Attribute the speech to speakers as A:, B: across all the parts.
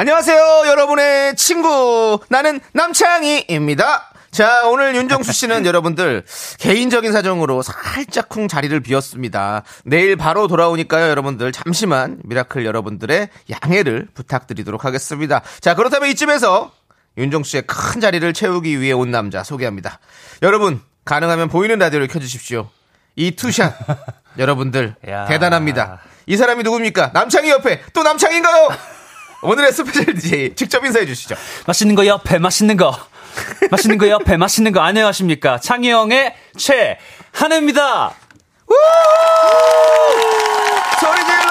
A: 안녕하세요, 여러분의 친구. 나는 남창희입니다. 자, 오늘 윤정수 씨는 여러분들 개인적인 사정으로 살짝쿵 자리를 비웠습니다. 내일 바로 돌아오니까요, 여러분들 잠시만 미라클 여러분들의 양해를 부탁드리도록 하겠습니다. 자, 그렇다면 이쯤에서 윤정수 씨의 큰 자리를 채우기 위해 온 남자 소개합니다. 여러분, 가능하면 보이는 라디오를 켜주십시오. 이 투샷, 여러분들
B: 야.
A: 대단합니다. 이 사람이 누굽니까? 남창희 옆에 또 남창인가요? 오늘의 스페셜 DJ 직접 인사해 주시죠.
B: 맛있는 거 옆에 맛있는 거 맛있는 거 옆에 맛있는 거 안녕하십니까 창희 형의 최한혜입니다
A: 우! 소리 질러!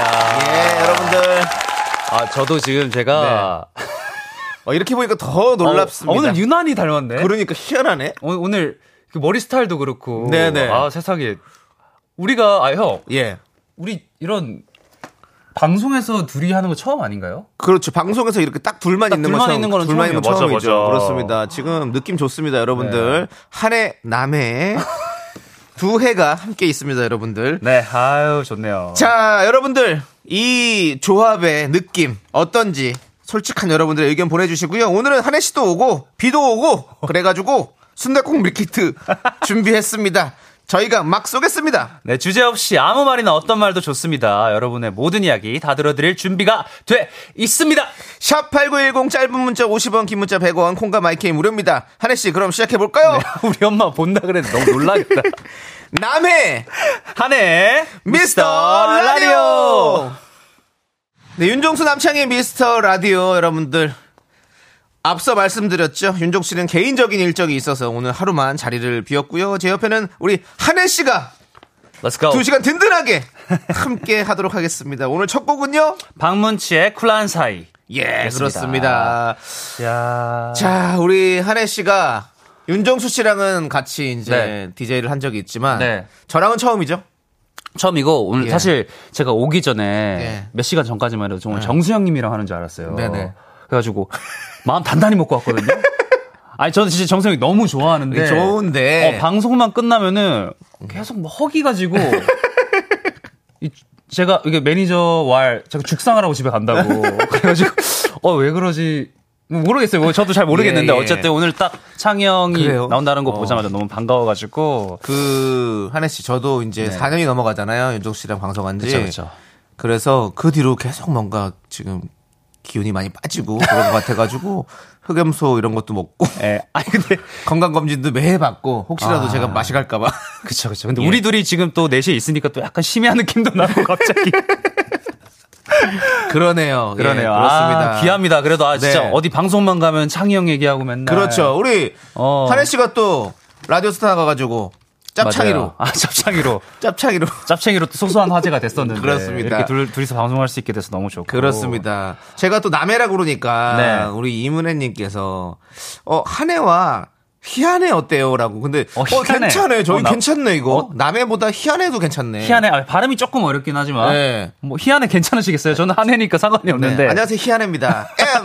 B: 야,
A: 예, 여러분들.
B: 아 저도 지금 제가
A: 어, 이렇게 보니까 더 놀랍습니다.
B: 어, 오늘 유난히 닮았네
A: 그러니까 희한하네.
B: 오- 오늘 그 머리 스타일도 그렇고
A: 네네.
B: 아 세상에 우리가 아 형
A: 예.
B: 우리 이런 방송에서 둘이 하는 거 처음 아닌가요?
A: 그렇죠. 방송에서 이렇게 딱 둘만
B: 딱
A: 있는
B: 아, 둘만
A: 것처럼
B: 있는 거는
A: 둘만 있는 건
B: 처음이에요.
A: 처음이죠.
B: 맞아, 네. 맞아.
A: 그렇습니다. 지금 느낌 좋습니다, 여러분들. 한 해, 남해 두 해가 함께 있습니다, 여러분들.
B: 네 아유 좋네요
A: 자, 여러분들 이 조합의 느낌 어떤지 솔직한 여러분들의 의견 보내주시고요. 오늘은 한혜 씨도 오고 비도 오고 그래가지고 순대국 밀키트 준비했습니다. 저희가 막 쏘겠습니다.
B: 네, 주제 없이 아무 말이나 어떤 말도 좋습니다. 여러분의 모든 이야기 다 들어드릴 준비가 돼 있습니다.
A: 샵 8910 짧은 문자 50원 긴 문자 100원 콩과 마이케이 무료입니다. 한혜 씨 그럼 시작해볼까요?
B: 네, 우리 엄마 본다 그랬는데 너무 놀라겠다.
A: 남해
B: 한해
A: 미스터 라디오. 네, 윤종수 남창의 미스터 라디오 여러분들. 앞서 말씀드렸죠. 윤종 씨는 개인적인 일정이 있어서 오늘 하루만 자리를 비웠고요. 제 옆에는 우리 한혜 씨가
B: Let's go.
A: 두 시간 든든하게 함께 하도록 하겠습니다. 오늘 첫 곡은요.
B: 박문치의 쿨한 사이.
A: 예,
B: 그렇습니다.
A: 그렇습니다.
B: 야.
A: 자, 우리 한혜 씨가 윤정수 씨랑은 같이 이제
B: 네.
A: DJ를 한 적이 있지만
B: 네.
A: 저랑은 처음이죠.
B: 처음이고 오늘
A: 예.
B: 사실 제가 오기 전에
A: 예.
B: 몇 시간 전까지만 해도 정말 정수영님이랑 하는 줄 알았어요.
A: 네네.
B: 그래가지고 마음 단단히 먹고 왔거든요. 아니 저는 진짜 정수영이 너무 좋아하는데
A: 네, 좋은데.
B: 어, 방송만 끝나면은 계속 뭐 허기 가지고 이- 제가 이게 매니저 왈 제가 죽상하라고 집에 간다고 그래가지고 어 왜 그러지 모르겠어요. 뭐 저도 잘 모르겠는데
A: 예, 예.
B: 어쨌든 오늘 딱 창영이
A: 그래요?
B: 나온다는 거
A: 어.
B: 보자마자 너무 반가워가지고
A: 그 한혜 씨 저도 이제 4년이 넘어가잖아요. 윤종 씨랑 방송한 지.
B: 네. 그쵸, 그쵸.
A: 그래서 그 뒤로 계속 뭔가 지금 기운이 많이 빠지고 그런 것 같아가지고 흑염소 이런 것도 먹고
B: 예. 아니 근데
A: 건강 검진도 매해 받고 혹시라도 제가 맛이 갈까봐
B: 아.
A: 예.
B: 그쵸 그쵸. 근데 우리 둘이 지금 또 4시에 있으니까 또 약간 심해한 느낌도 나고 갑자기
A: 그러네요. 예,
B: 그러네요.
A: 그렇습니다.
B: 아, 귀합니다. 그래도 아 진짜
A: 네.
B: 어디 방송만 가면 창희 형 얘기하고 맨날
A: 그렇죠. 우리
B: 어.
A: 한혜 씨가 또 라디오스타 나가가지고 짭창이로
B: 맞아요. 아 짭창이로
A: 짭창이로
B: 짭챙이로 또 소소한 화제가 됐었는데
A: 그렇습니다.
B: 네, 이렇게 둘, 둘이서 방송할 수 있게 돼서 너무 좋고
A: 그렇습니다. 제가 또 남해라 그러니까
B: 네.
A: 우리 이문혜님께서 어 한해와 희한해 어때요라고 근데 어,
B: 어, 희한해.
A: 괜찮아요 저희
B: 어, 나-
A: 괜찮네 이거 남해보다 희한해도 괜찮네
B: 희한해 아, 발음이 조금 어렵긴 하지만
A: 네.
B: 뭐 희한해 괜찮으시겠어요? 저는 한해니까 상관이
A: 네.
B: 없는데 네,
A: 안녕하세요 희한해입니다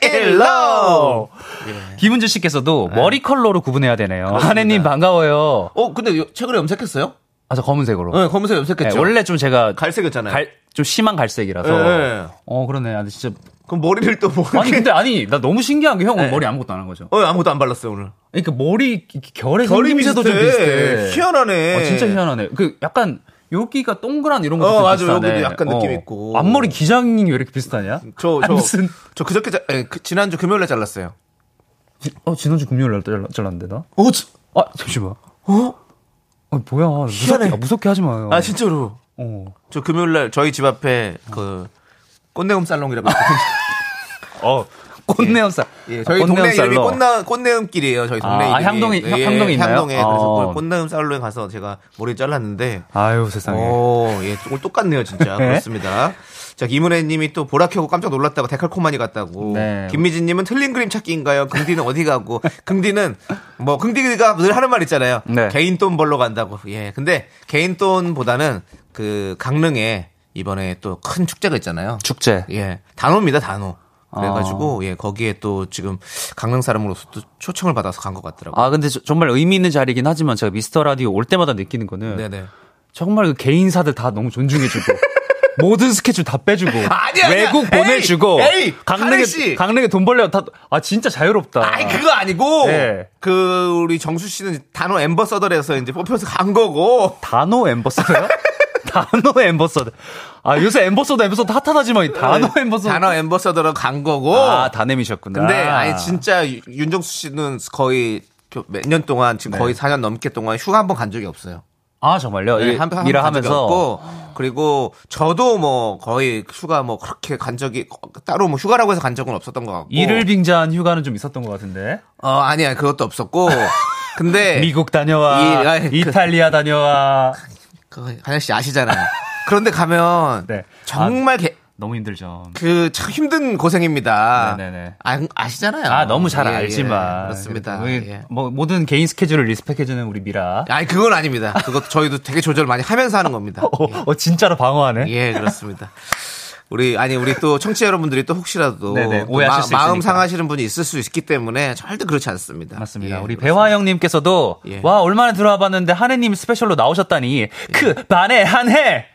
A: 엠브레 일러 예.
B: 김은주 씨께서도 머리 컬러로 구분해야 되네요. 한해님 반가워요.
A: 네. 어 근데 요- 최근에 염색했어요?
B: 아 저 검은색으로.
A: 네 검은색 염색했죠
B: 네, 원래 좀 제가
A: 갈색이었잖아요
B: 갈- 좀 심한 갈색이라서.
A: 네.
B: 어 그러네. 아, 진짜
A: 그럼 머리를 또 뭐...
B: 아니 근데 아니 나 너무 신기한 게 형은 머리 아무것도 안 한 거죠.
A: 어 아무것도 안 발랐어요 오늘
B: 그러니까 머리 이- 결의
A: 결이
B: 생김새도 좀 비슷해.
A: 희한하네
B: 어, 진짜 희한하네. 그 약간 여기가 동그란 이런 것도
A: 어,
B: 좀
A: 맞아.
B: 비슷하네.
A: 여기도 약간 느낌 있고.
B: 앞머리 기장이 왜 이렇게 비슷하냐?
A: 어,
B: 아,
A: 저, 저,
B: 무슨
A: 저 그저께 자- 에, 그 지난주 금요일에 잘랐어요
B: 어 지난주 금요일 날 잘라- 잘랐는데 나?
A: 어? 저-
B: 아 잠시만.
A: 어?
B: 어 뭐야?
A: 희한해.
B: 무섭게, 아, 무섭게 하지 마요.
A: 아 진짜로
B: 어.
A: 저 금요일날 저희 집 앞에 그 꽃내음 살롱이라고
B: 어 아, 꽃내음살.
A: 예, 저희 동네 이름이 꽃나, 꽃내음길이에요. 저희 동네 이름이.
B: 아,
A: 예,
B: 향동이- 향- 향동이 있나요?
A: 향동에 그래서
B: 어.
A: 그 꽃내음 살롱에 가서 제가 머리 를 잘랐는데
B: 아유 세상에.
A: 어. 오, 예, 오늘 똑같네요, 진짜.
B: 네.
A: 그렇습니다. 자, 김은혜님이 또 보라 켜고 깜짝 놀랐다고 데칼코마니 갔다고.
B: 네.
A: 김미진님은 틀린 그림 찾기인가요? 긍디는 어디 가고? 긍디는 뭐 긍디가 늘 하는 말 있잖아요.
B: 네.
A: 개인 돈 벌러 간다고. 예. 근데 개인 돈보다는 그 강릉에 이번에 또 큰 축제가 있잖아요.
B: 축제.
A: 예. 단호입니다, 단호.
B: 아.
A: 그래가지고 예 거기에 또 지금 강릉 사람으로서 또 초청을 받아서 간 것 같더라고요.
B: 아 근데 저- 정말 의미 있는 자리긴 하지만 제가 미스터 라디오 올 때마다 느끼는 거는
A: 네네.
B: 정말 그 개인사들 다 너무 존중해주고 모든 스케줄 다 빼주고
A: 아니야, 아니야.
B: 외국
A: 에이,
B: 보내주고
A: 에이, 하늘
B: 강릉에
A: 씨.
B: 강릉에 돈 벌려 다아 진짜 자유롭다.
A: 아니 그거 아니고
B: 네.
A: 그 우리 정수 씨는 단호 엠버서더에서 이제 뽑혀서 간 거고
B: 단호 엠버서더요? 단호 엠버서더. 아 요새 엠버서더 엠버서더 핫하다지만 이 단호 엠버서더.
A: 아, 단호 엠버서더로 간 거고
B: 아 단엠이셨구나.
A: 근데 아니 진짜 유- 윤정수 씨는 거의 몇 년 동안 지금 거의 4년 넘게 동안 휴가 한 번 간 적이 없어요.
B: 네. 아 정말요?
A: 네,
B: 이-
A: 한- 한번
B: 일을
A: 간 적이
B: 하면서
A: 없고, 그리고 저도 뭐 거의 휴가 뭐 그렇게 간 적이 따로 뭐 휴가라고 해서 간 적은 없었던 것 같고
B: 일을 빙자한 휴가는 좀 있었던 것 같은데.
A: 어 아니야 그것도 없었고 근데
B: 미국 다녀와,
A: 이- 아이, 그-
B: 이탈리아 다녀와.
A: 그 한현 씨 아시잖아요. 그런데 가면
B: 네.
A: 정말 개-
B: 너무 힘들죠.
A: 그 참 힘든 고생입니다.
B: 네네네.
A: 아, 시잖아요
B: 아 너무 잘 알지만
A: 예, 그렇습니다.
B: 우리
A: 예.
B: 뭐 모든 개인 스케줄을 리스펙해주는 우리 미라.
A: 아니 그건 아닙니다. 그것 저희도 되게 조절 많이 하면서 하는 겁니다.
B: 어, 어, 진짜로 방어하네.
A: 예, 그렇습니다. 우리 아니 우리 또 청취자 여러분들이 또 혹시라도
B: 네네,
A: 또
B: 오해하실
A: 마-
B: 수
A: 마음
B: 있으니까.
A: 상하시는 분이 있을 수 있기 때문에 절대 그렇지 않습니다.
B: 맞습니다.
A: 예,
B: 우리
A: 그렇습니다.
B: 배화영님께서도
A: 예.
B: 와 얼마나 들어와봤는데 한혜님 스페셜로 나오셨다니 그 반에 한해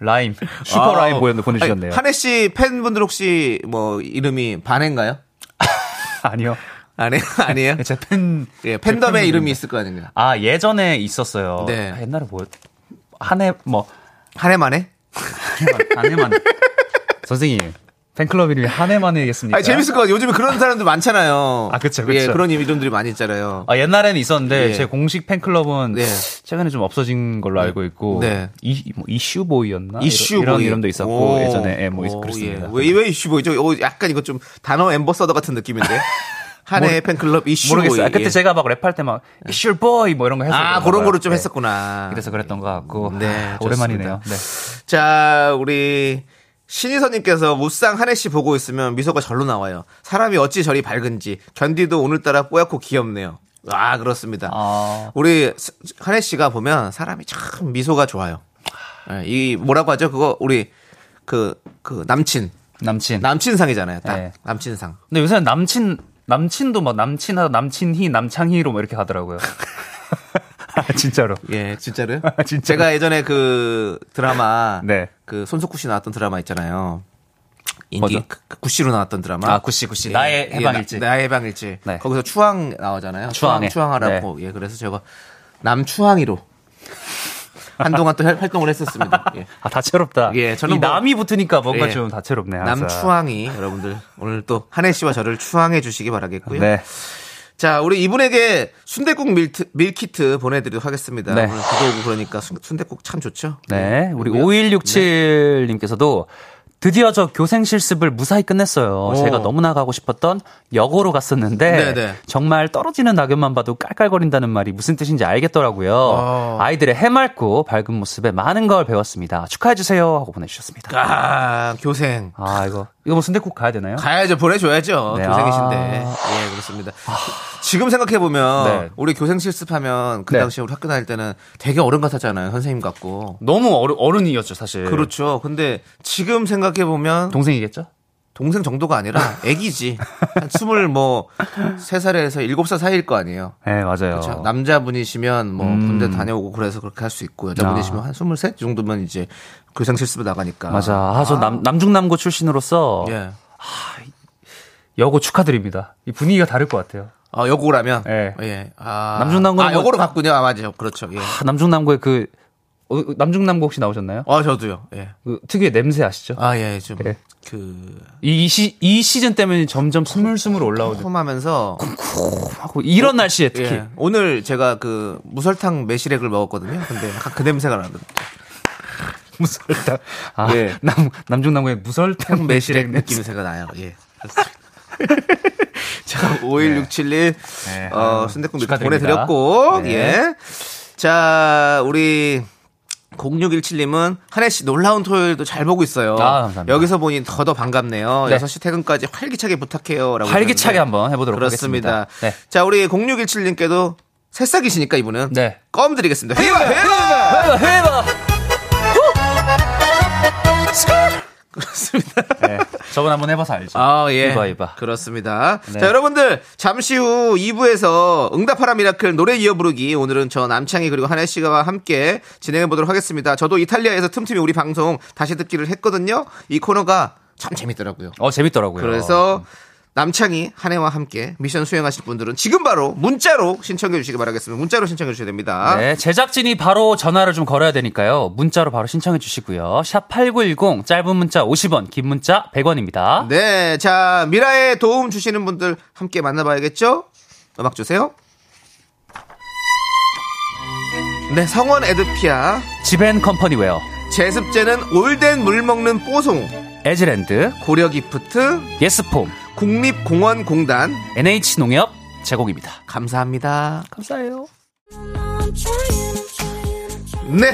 B: 라임 슈퍼
A: 아우.
B: 라임 보여- 보내주셨네요.
A: 아니, 한혜 씨 팬분들 혹시 뭐 이름이 반해인가요?
B: 아니요.
A: 아니 아니에요?
B: 제 팬.
A: 예, 팬덤의
B: 제
A: 이름이 있을 거 아닙니까?
B: 아 예전에 있었어요.
A: 예. 네.
B: 아, 옛날에 뭐 한해 뭐
A: 한해만해?
B: 한해만 선생님 팬클럽 이름이 한해만 해겠습니까?
A: 아니 재밌을 것 같아요. 요즘에 그런 사람들 많잖아요.
B: 아, 그쵸, 그쵸.
A: 예, 그런 이름들이 많이 있잖아요.
B: 아, 옛날에는 있었는데
A: 예.
B: 제 공식 팬클럽은
A: 네.
B: 최근에 좀 없어진 걸로 알고 있고
A: 네.
B: 이, 뭐 이슈보이였나
A: 이슈 뭐
B: 이런,
A: 보이.
B: 이런 이름도 있었고
A: 오.
B: 예전에 예, 뭐
A: 오,
B: 그렇습니다.
A: 예. 왜, 왜 이슈 보이죠? 오, 약간 이거 좀 단어 엠버서더 같은 느낌인데. 한해 팬클럽 이슈 보이.
B: 모르겠어요. 아, 그때
A: 예.
B: 제가 막 랩할 때 막 이슈보이 뭐 이런 거 해서
A: 아,
B: 그런가
A: 그런
B: 봐요.
A: 거를 좀
B: 네.
A: 했었구나.
B: 그래서 그랬던 것 같고
A: 아, 네, 좋습니다.
B: 아, 오랜만이네요. 네.
A: 자, 우리 신희선님께서 무쌍 한혜 씨 보고 있으면 미소가 절로 나와요. 사람이 어찌 저리 밝은지 견디도 오늘따라 뽀얗고 귀엽네요. 아, 그렇습니다.
B: 아.
A: 우리 스- 한혜 씨가 보면 사람이 참 미소가 좋아요. 예, 이 뭐라고 하죠? 그거 우리 그, 그 남친.
B: 남친.
A: 남친상이잖아요. 딱.
B: 네.
A: 남친상.
B: 근데 요새는 남친 남친도 막 남친하다 남친희 남창희로 뭐 이렇게 하더라고요. 아, 진짜로.
A: 예, 진짜로요?
B: 진짜로.
A: 제가 예전에 그 드라마
B: 네.
A: 그 손석구 씨 나왔던 드라마 있잖아요. 인디
B: 뭐죠?
A: 그- 그 구씨로 나왔던 드라마. 예,
B: 아, 구씨, 구씨. 나의 해방일지.
A: 나, 의 해방일지.
B: 네.
A: 거기서 추앙 나오잖아요.
B: 추앙에. 네.
A: 추앙하라고. 예, 그래서 제가 남추앙이로 한동안 또 활- 활동을 했었습니다. 예.
B: 아 다채롭다.
A: 예, 저는
B: 이
A: 뭐-
B: 남이 붙으니까 뭔가
A: 예.
B: 좀 다채롭네요. 항상.
A: 남추앙이 여러분들 오늘 또 한혜 씨와 저를 추앙해 주시기 바라겠고요.
B: 네.
A: 자, 우리 이분에게 순대국 밀트, 밀키트 보내드리도록 하겠습니다.
B: 네.
A: 오늘 비도 오고 그러니까 순, 대국참 좋죠?
B: 네. 우리
A: 그리고요.
B: 5167님께서도 드디어 저 교생 실습을 무사히 끝냈어요.
A: 오.
B: 제가 너무나 가고 싶었던 여고로 갔었는데
A: 네네.
B: 정말 떨어지는 낙엽만 봐도 깔깔거린다는 말이 무슨 뜻인지 알겠더라고요.
A: 어.
B: 아이들의 해맑고 밝은 모습에 많은 걸 배웠습니다. 축하해 주세요 하고 보내주셨습니다.
A: 아, 교생.
B: 아 이거 이거 뭐 순대국 가야 되나요?
A: 가야죠. 보내줘야죠.
B: 네,
A: 교생이신데.
B: 아.
A: 예, 그렇습니다. 지금 생각해보면,
B: 네.
A: 우리 교생 실습하면, 그
B: 네.
A: 당시에 우리 학교 다닐 때는 되게 어른 같았잖아요. 선생님 같고.
B: 너무 어른, 어른이었죠 사실.
A: 그렇죠. 근데 지금 생각해보면,
B: 동생이겠죠?
A: 동생 정도가 아니라 애기지. 한 스물 뭐, 세 살에서 일곱 살 사이일 거 아니에요.
B: 네 맞아요. 음.
A: 그렇죠. 남자분이시면 뭐 군대 다녀오고 그래서 그렇게 할 수 있고 여자분이시면
B: 아.
A: 한 스물셋 정도면 이제 교생 실습을 나가니까.
B: 맞아. 아, 저 남, 남중남고 출신으로서
A: 예.
B: 여고 축하드립니다. 이 분위기가 다를 것 같아요.
A: 아, 여고라면.
B: 예.
A: 예. 아.
B: 남중남고는
A: 아, 여고로
B: 뭐-
A: 갔군요. 아, 맞아요. 그렇죠. 예.
B: 아, 남중남고의 그 어, 어, 남중남고 혹시 나오셨나요?
A: 아, 저도요. 예.
B: 그 특유의 냄새 아시죠?
A: 아, 예. 좀
B: 예.
A: 그,
B: 이, 시, 이 시즌 때문에 점점 스물스물 올라오죠.
A: 홈하면서
B: 하고 이런 날씨에 특히
A: 예. 오늘 제가 그 무설탕 매실액을 먹었거든요. 근데 약간 그 냄새가 나거든요.
B: 무설탕. 아,
A: 예.
B: 남 남중남고의 무설탕
A: 매실액
B: 매실액
A: 느낌
B: 느낌.
A: 새가 나요. 예. 그렇습니다. 자, 51671
B: 네.
A: 어,
B: 아유, 네.
A: 순대국 예. 밀
B: 축하드립니다.
A: 보내드렸고
B: 네.
A: 예. 자, 우리 0617님은 한혜 씨 놀라운 토요일도 잘 보고 있어요.
B: 아, 감사합니다.
A: 여기서 보니 더더 반갑네요.
B: 네.
A: 6시 퇴근까지 활기차게 부탁해요라고. 하셨는데.
B: 활기차게 한번 해보도록
A: 그렇습니다.
B: 하겠습니다. 네.
A: 자, 우리 0617님께도 새싹이시니까 이분은
B: 네.
A: 껌 드리겠습니다. 회바 회바
B: 회바 회바.
A: 그렇습니다.
B: 네. 저번 한번 해봐서 알죠.
A: 아, 예.
B: 이봐, 이봐.
A: 그렇습니다.
B: 네.
A: 자, 여러분들, 잠시 후 2부에서 응답하라 미라클 노래 이어 부르기. 오늘은 저 남창희 그리고 한혜 씨가 함께 진행해 보도록 하겠습니다. 저도 이탈리아에서 틈틈이 우리 방송 다시 듣기를 했거든요. 이 코너가 참 재밌더라고요.
B: 어 재밌더라고요.
A: 그래서 남창희 한혜와 함께 미션 수행하실 분들은 지금 바로 문자로 신청해 주시기 바라겠습니다. 문자로 신청해 주셔야 됩니다.
B: 네, 제작진이 바로 전화를 좀 걸어야 되니까요. 문자로 바로 신청해 주시고요. 샵 8910 짧은 문자 50원, 긴 문자 100원입니다.
A: 네, 자 미라에 도움 주시는 분들 함께 만나봐야겠죠? 음악 주세요. 네, 성원 에드피아,
B: 지벤 컴퍼니웨어,
A: 제습제는 올덴 물 먹는 뽀송,
B: 에즈랜드,
A: 고려기프트,
B: 예스폼,
A: 국립공원공단
B: NH농협 제공입니다.
A: 감사합니다.
B: 감사해요.
A: 네,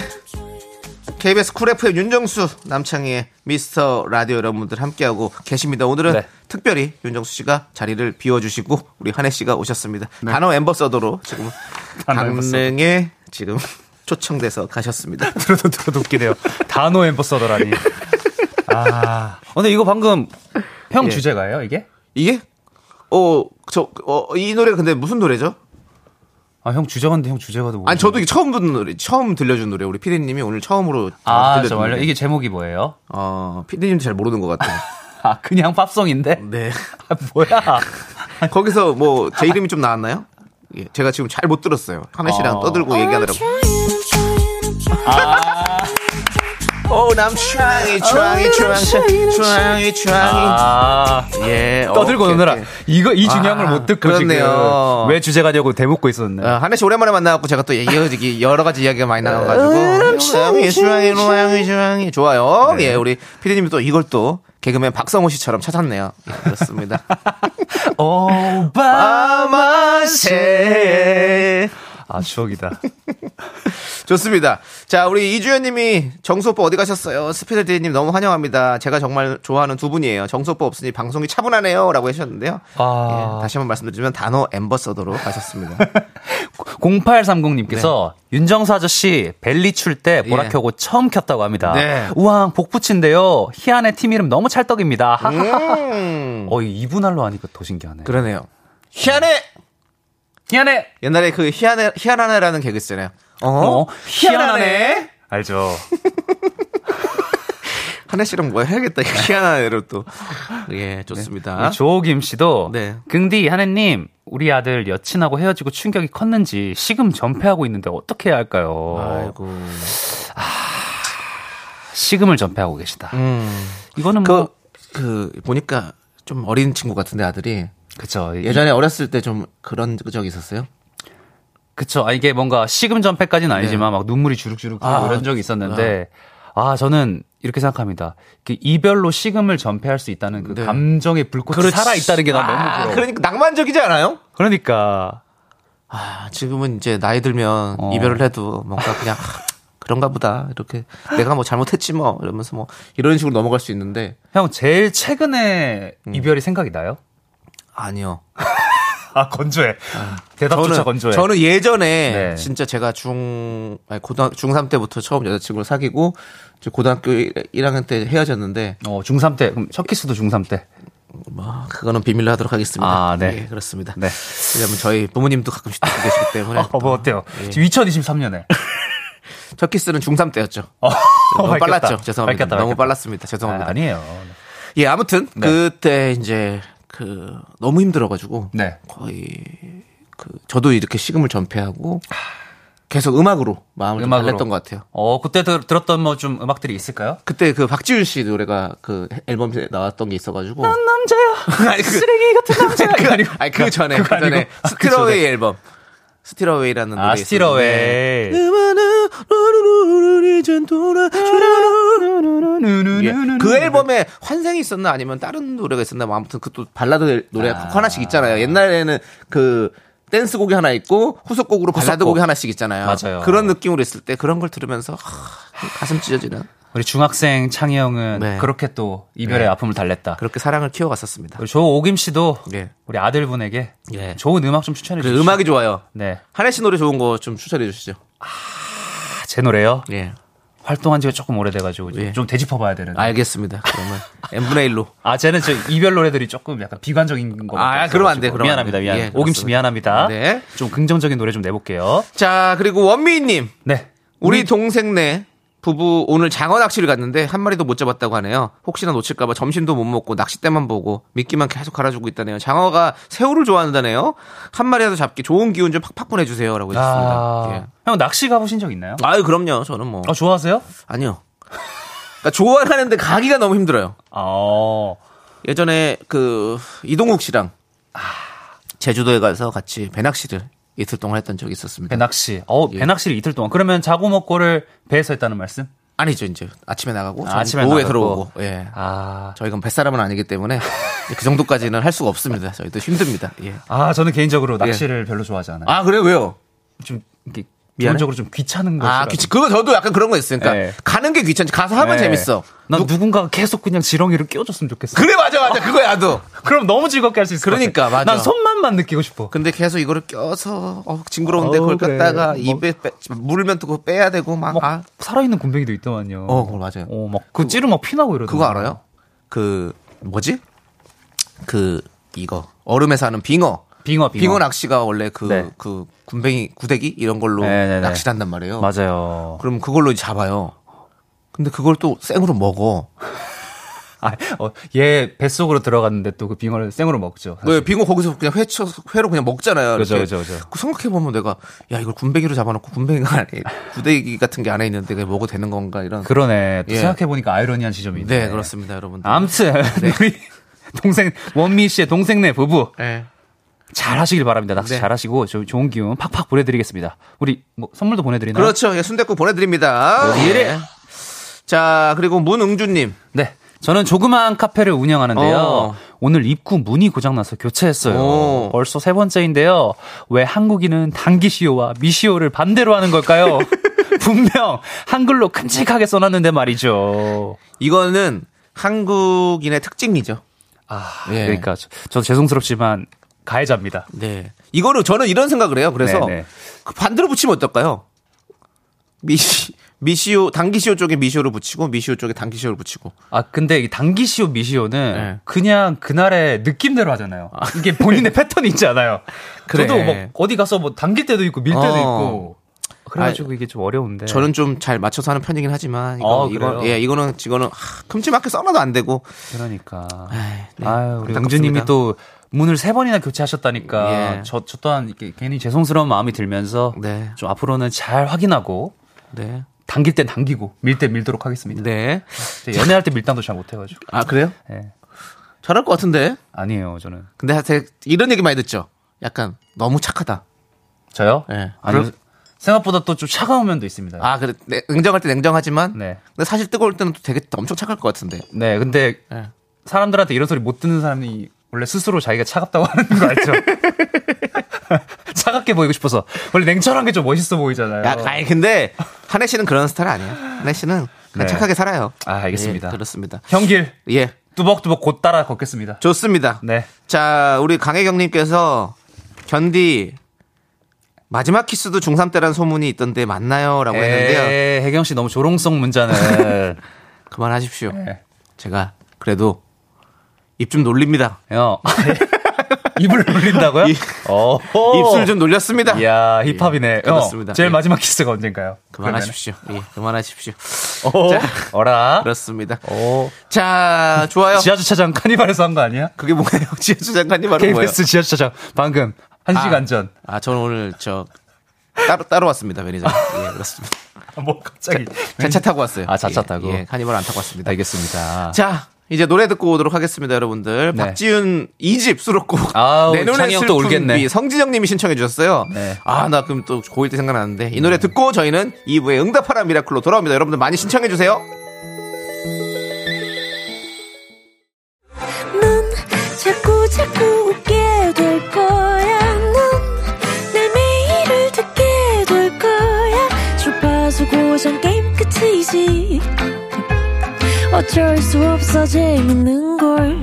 A: KBS 쿨 FM 윤정수 남창희의 미스터 라디오 여러분들 함께하고 계십니다. 오늘은
B: 네.
A: 특별히 윤정수 씨가 자리를 비워주시고 우리 한혜 씨가 오셨습니다. 단어 엠버서더로 지금
B: 네. 단어 앰버서더.
A: 강릉에 지금 초청돼서 가셨습니다.
B: 들어도 들어도 웃기네요. 단어 엠버서더라니. 아, 근데 이거 방금 형
A: 예.
B: 주제가예요, 이게?
A: 이게 어, 어저어이 노래 근데 무슨 노래죠?
B: 아, 형 주제가인데 형 주제가 도 뭐.
A: 아니 저도 이게 처음 듣는 노래, 처음 들려준 노래. 우리 피디님이 오늘 처음으로
B: 아,
A: 들려준
B: 정말요?
A: 노래.
B: 이게 제목이 뭐예요?
A: 어 피디님도 잘 모르는 것 같아요.
B: 아, 그냥 팝송인데?
A: 네.
B: 아, 뭐야?
A: 거기서 뭐 제 이름이 좀 나왔나요? 예, 제가 지금 잘 못 들었어요. 하나 씨랑
B: 어. 아.
A: 떠들고 얘기하느라고. 오 어, 남창이 창이 창이 창이 창이.
B: 아.
A: 예. 어,
B: 떠들고
A: 오케이,
B: 노느라
A: 오케이.
B: 이거 이 중요한
A: 아,
B: 걸 못 듣고
A: 그렇네요.
B: 지금 왜 주제가 되고 대묻고 있었네.
A: 어, 하나 씨 오랜만에 만나갖고 제가 또 얘기 여기 여러 가지 이야기가 많이 나와가지고 음, 주황이 주황이 주황이 주황이 음, 좋아요. 예, 우리 피디님이 또 이걸 또 개그맨 박성호 씨처럼 찾았네요. 예, 그렇습니다.
B: 오바
A: 아마세
B: 아 추억이다.
A: 예, 좋습니다. 자, 우리 이주연님이 정수 오빠 어디 가셨어요? 스피드 디님 너무 환영합니다. 제가 정말 좋아하는 두 분이에요. 정수 오빠 없으니 방송이 차분하네요라고 하셨는데요.
B: 아.
A: 예, 다시 한번 말씀드리면 단어 엠버서더로 가셨습니다. 네.
B: 0830님께서 윤정수 아저씨 벨리 출 때 보라
A: 예.
B: 켜고 처음 켰다고 합니다.
A: 네.
B: 우왕 복붙인데요. 희한의 팀 이름 너무 찰떡입니다. 하하하.
A: 음,
B: 어 이분할로 하니까 더 신기하네.
A: 그러네요. 희한해.
B: 희한해.
A: 옛날에 그 희한해 희한하네라는 개그 있잖아요. 어,
B: 어,
A: 희한하네.
B: 알죠.
A: 한혜 씨랑 뭐 해야겠다. 희한하네로 또. 예, 좋습니다.
B: 네. 우리 조호김 씨도
A: 네.
B: 긍디 하나님 우리 아들 여친하고 헤어지고 충격이 컸는지 시금 전폐하고 있는데 어떻게 해야 할까요?
A: 아이고.
B: 시금을 전폐하고 계시다.
A: 음.
B: 이거는
A: 그,
B: 뭐
A: 그, 보니까 좀 어린 친구 같은데 아들이.
B: 그쵸 예전
A: 예전에 어렸을 때 좀 그런 적이 있었어요?
B: 그쵸 아 이게 뭔가 시금 전폐까지는 아니지만 막 눈물이 주룩주룩
A: 네. 아,
B: 아, 이런 적이 있었는데 아 저는 이렇게 생각합니다. 그 이별로 시금을 전폐할 수 있다는 그
A: 네.
B: 감정의 불꽃이
A: 그렇지.
B: 살아 있다는 게 난 너무 부러워. 그러니까,
A: 그러니까 낭만적이지 않아요?
B: 그러니까
A: 아, 지금은 이제 나이 들면
B: 어.
A: 이별을 해도 뭔가 그냥 하, 그런가 보다. 이렇게 내가 뭐 잘못했지 뭐 이러면서 뭐 이런 식으로 넘어갈 수 있는데
B: 형 제일 최근에
A: 음.
B: 이별이 생각이 나요?
A: 아니요.
B: 아 건조해. 대답조차
A: 저는
B: 건조해.
A: 저는 예전에
B: 네.
A: 진짜 제가 중 아니 고등 중3 때부터 처음 여자친구를 사귀고 이제 고등학교 1학년 때 헤어졌는데
B: 어, 중3 때, 그럼 첫 키스도 중3 때.
A: 뭐 그거는 비밀로 하도록 하겠습니다.
B: 아, 네.
A: 예, 그렇습니다.
B: 네.
A: 왜냐면 저희 부모님도 가끔씩 듣고 계시기 때문에 예.
B: 어, 뭐 어때요? 지금 2023년에.
A: 첫 키스는 중3 때였죠.
B: 어,
A: 너무 빨랐죠. 죄송합니다. 너무 빨랐습니다. 죄송합니다.
B: 아, 니에요
A: 예, 아무튼
B: 네.
A: 그때 이제 그 너무 힘들어가지고
B: 네.
A: 거의 그 저도 이렇게 시금을 전폐하고 계속 음악으로 마음을 좀
B: 음악으로.
A: 달랬던 것 같아요.
B: 어, 그때 들, 들었던 뭐 좀 음악들이 있을까요?
A: 그때 그 박지윤 씨 노래가 그 앨범에 나왔던 게 있어가지고
B: 남자야.
A: 아니, 그-
B: 쓰레기 같은 남자야. 이거 아니고.
A: 아니 그 전에 그
B: 그거 아니고.
A: 전에
B: 아, 그
A: 스티러웨이 앨범 스티러웨이라는
B: 아,
A: 노래
B: 스티러웨이.
A: 네.
B: 네.
A: 예. 그 앨범에 환생이 있었나 아니면 다른 노래가 있었나 뭐 아무튼 그 또 발라드 노래
B: 아.
A: 하나씩 있잖아요. 옛날에는 그 댄스곡이 하나 있고 후속곡으로 발라드곡이
B: 후속곡.
A: 하나씩 있잖아요.
B: 맞아요.
A: 그런 느낌으로 있을 때 그런 걸 들으면서 하, 가슴 찢어지는
B: 우리 중학생 창희 형은
A: 네.
B: 그렇게 또 이별의 아픔을 달랬다.
A: 그렇게 사랑을 키워갔었습니다.
B: 우리 조오김 씨도
A: 예.
B: 우리 아들분에게
A: 예.
B: 좋은 음악 좀 추천해
A: 그래,
B: 주시죠.
A: 음악이 좋아요.
B: 네.
A: 한혜 씨 노래 좋은 거 좀 추천해 주시죠.
B: 아, 제 노래요.
A: 예.
B: 활동한 지가 조금 오래돼가지고
A: 예.
B: 좀 되짚어봐야 되는데.
A: 알겠습니다. 그러면 n분의 1로
B: 아, 쟤는 저 이별 노래들이 조금 약간 비관적인 거.
A: 아, 그러면 안 돼, 그러면 안
B: 미안합니다.
A: 돼.
B: 미안.
A: 예,
B: 오김 씨
A: 그렇습니다.
B: 미안합니다.
A: 네.
B: 좀 긍정적인 노래 좀 내볼게요.
A: 자, 그리고 원미희님.
B: 네.
A: 우리 동생네 부부 오늘 장어 낚시를 갔는데 한 마리도 못 잡았다고 하네요. 혹시나 놓칠까봐 점심도 못 먹고 낚싯대만 보고 미끼만 계속 갈아주고 있다네요. 장어가 새우를 좋아한다네요. 한 마리라도 잡기 좋은 기운 좀 팍팍 보내주세요라고 해주셨습니다.
B: 아,
A: 예.
B: 형 낚시 가보신 적 있나요?
A: 아유 그럼요. 저는 뭐
B: 아, 좋아하세요?
A: 아니요. 그러니까 좋아하는데 가기가 너무 힘들어요.
B: 어.
A: 예전에 그 이동욱 씨랑 제주도에 가서 같이 배낚시를 이틀 동안 했던 적이 있었습니다.
B: 배낚시. 어,
A: 예.
B: 배낚시를 이틀 동안. 그러면 자고 먹고를 배에서 했다는 말씀?
A: 아니죠 이제 아침에 나가고
B: 아,
A: 아침에
B: 아침에
A: 오후에
B: 나가고.
A: 들어오고 예.
B: 아.
A: 저희가 뱃사람은 아니기 때문에 그 정도까지는 할 수가 없습니다. 저희도 힘듭니다. 예.
B: 아, 저는 개인적으로 낚시를 별로 좋아하지 않아요.
A: 아, 그래요? 왜요?
B: 좀, 이렇게,
A: 미안해?
B: 기본적으로 좀 귀찮은 거.
A: 아, 귀찮. 그거 저도 약간 그런 거 있어요. 그러니까
B: 예.
A: 가는 게 귀찮지. 가서 하면 재밌어.
B: 난 네. 누군가가 계속 그냥 지렁이를 끼워줬으면 좋겠어.
A: 네. 그래, 맞아, 맞아. 그거야, 너.
B: 그럼 너무 즐겁게 할 수 있을
A: 그러니까,
B: 것 같아.
A: 맞아.
B: 난 손만만 느끼고 싶어.
A: 근데 계속 이거를 껴서 어, 징그러운데
B: 어우,
A: 그걸
B: 그래.
A: 꼈다가
B: 뭐-
A: 입에 빼, 물면 또 그거 빼야 되고 막
B: 막
A: 아,
B: 살아있는 곰뱅이도 있더만요.
A: 어, 그거 맞아요.
B: 어, 막그 찌르면 막 피나고 이러더라고.
A: 그거 알아요? 그 뭐지? 그 이거 얼음에 사는 빙어.
B: 빙어, 빙어.
A: 낚시가 원래 그 그
B: 네.
A: 군뱅이 구데기 이런 걸로
B: 네네네.
A: 낚시를 한단 말이에요.
B: 맞아요.
A: 그럼 그걸로 잡아요. 근데 그걸 또 생으로 먹어.
B: 아, 어, 얘 뱃속으로 들어갔는데 또 그 빙어를 생으로 먹죠. 사실.
A: 왜 네, 빙어 거기서 그냥 회쳐 회로 그냥 먹잖아요.
B: 그죠,
A: 이렇게.
B: 그죠, 그죠.
A: 그 생각해보면 내가 야 이걸 군뱅이로 잡아놓고 군뱅이가 아니 구데기 같은 게 안에 있는데 그게 먹어도 되는 건가 이런.
B: 그러네. 또
A: 예.
B: 생각해보니까 아이러니한 지점이 있네.
A: 네 그렇습니다 여러분들.
B: 암튼, 우리 동생, 원미 씨의 동생네 부부.
A: 네.
B: 잘 하시길 바랍니다. 낚시
A: 네.
B: 잘 하시고, 좋은 기운 팍팍 보내드리겠습니다. 우리 뭐 선물도 보내드리나요?
A: 그렇죠. 예, 순대국 보내드립니다.
B: 네.
A: 예. 자 그리고 문응주님.
B: 네. 저는 조그마한 카페를 운영하는데요.
A: 어.
B: 오늘 입구 문이 고장나서 교체했어요.
A: 어.
B: 벌써 세 번째인데요. 왜 한국인은 단기시오와 미시오를 반대로 하는 걸까요? 분명 한글로 큼직하게 써놨는데 말이죠.
A: 이거는 한국인의 특징이죠.
B: 아,
A: 예.
B: 그러니까 저, 도 죄송스럽지만 가해자입니다.
A: 네. 이거를 저는 이런 생각을 해요. 그래서
B: 네, 네.
A: 그 반대로 붙이면 어떨까요? 미시 미시오 당기시오 쪽에 미시오를 붙이고 미시오 쪽에 당기시오를 붙이고.
B: 아, 근데 이 단기시오 미시오는
A: 네.
B: 그냥 그날의 느낌대로 하잖아요. 이게 본인의 패턴이 있지 않아요.
A: 그래.
B: 저도 뭐 어디 가서 뭐 당길 때도 있고 밀 때도
A: 어.
B: 있고. 그래가지고 이게 좀 어려운데.
A: 저는 좀 잘 맞춰서 하는 편이긴 하지만 이거
B: 네. 어,
A: 이거
B: 그래요?
A: 예 이거는 이거는 하, 큼지막하게 써놔도 안 되고
B: 그러니까.
A: 에이, 네.
B: 아유, 우리
A: 안타깝습니다.
B: 영주님이 그 또 문을 세 번이나 교체하셨다니까.
A: 예.
B: 저, 저 또한 이렇게 괜히 죄송스러운 마음이 들면서
A: 네.
B: 좀 앞으로는 잘 확인하고
A: 네.
B: 당길 땐 당기고 밀 때 밀도록 하겠습니다.
A: 네.
B: 근데 연애할 때 밀당도 잘 못해가지고.
A: 아 그래요?
B: 예.
A: 잘할 것 같은데.
B: 아니에요, 저는.
A: 근데 하여튼 이런 얘기 많이 듣죠. 약간 너무 착하다.
B: 저요?
A: 예.
B: 아니
A: 그럼-
B: 생각보다 또 좀 차가운 면도 있습니다.
A: 아 그래 네, 냉정할 때 냉정하지만.
B: 네.
A: 근데 사실 뜨거울 때는 또 되게 엄청 착할 것 같은데.
B: 네, 근데
A: 예.
B: 사람들한테 이런 소리 못 듣는 사람이 원래 스스로 자기가 차갑다고 하는 거 알죠? 차갑게 보이고 싶어서 원래 냉철한 게 좀 멋있어 보이잖아요.
A: 야, 아니 근데 한혜 씨는 그런 스타일 아니에요. 한혜 씨는 그냥
B: 네.
A: 착하게 살아요.
B: 아, 알겠습니다.
A: 예, 그렇습니다.
B: 형길
A: 예,
B: 뚜벅뚜벅 곧 따라 걷겠습니다.
A: 좋습니다.
B: 네.
A: 자, 우리 강혜경님께서 견디 마지막 키스도 중3 때란 소문이 있던데 맞나요?라고 했는데요.
B: 에이, 예, 혜경 씨 너무 조롱성 문자는
A: 그만하십시오.
B: 네.
A: 제가 그래도 입 좀 놀립니다.
B: 형 입을 놀린다고요?
A: 이-
B: 어.
A: 입술 좀 놀렸습니다.
B: 이야 힙합이네. 형,
A: 그렇습니다.
B: 제일
A: 예.
B: 마지막 키스가 언젠가요?
A: 그만하십시오. 예, 그만하십시오.
B: 그러면. 어, 어라.
A: 그렇습니다.
B: 오.
A: 자, 좋아요.
B: 지하 주차장 카니발에서 한 거 아니야?
A: 그게 뭐예요? 지혜수 장관님 말은 뭐예요?
B: KBS 지하 주차장 방금 한 시간 전.
A: 아, 저는 오늘 저 따로 따로 왔습니다, 매니저. 예, 그렇습니다.
B: 아, 뭐 갑자기
A: 자차 타고 왔어요.
B: 아, 자차
A: 예,
B: 타고.
A: 예, 카니발 안 타고 왔습니다.
B: 알겠습니다.
A: 자, 이제 노래 듣고 오도록 하겠습니다, 여러분들.
B: 네.
A: 박지윤 2집 수록곡.
B: 아우,
A: 내 눈에
B: 창이 형또
A: 슬픈
B: 울겠네.
A: 비. 성진영 님이 신청해 주셨어요.
B: 네.
A: 아, 나 그럼 또 고1 때 생각나는데. 이 노래 듣고 저희는 2부에 응답하라 미라클로 돌아옵니다. 여러분들 많이 신청해 주세요.
C: 넌 자꾸 자꾸 웃게 될 거야. 넌내 그건 게임 끝이지 어쩔 수 없어 재밌는 걸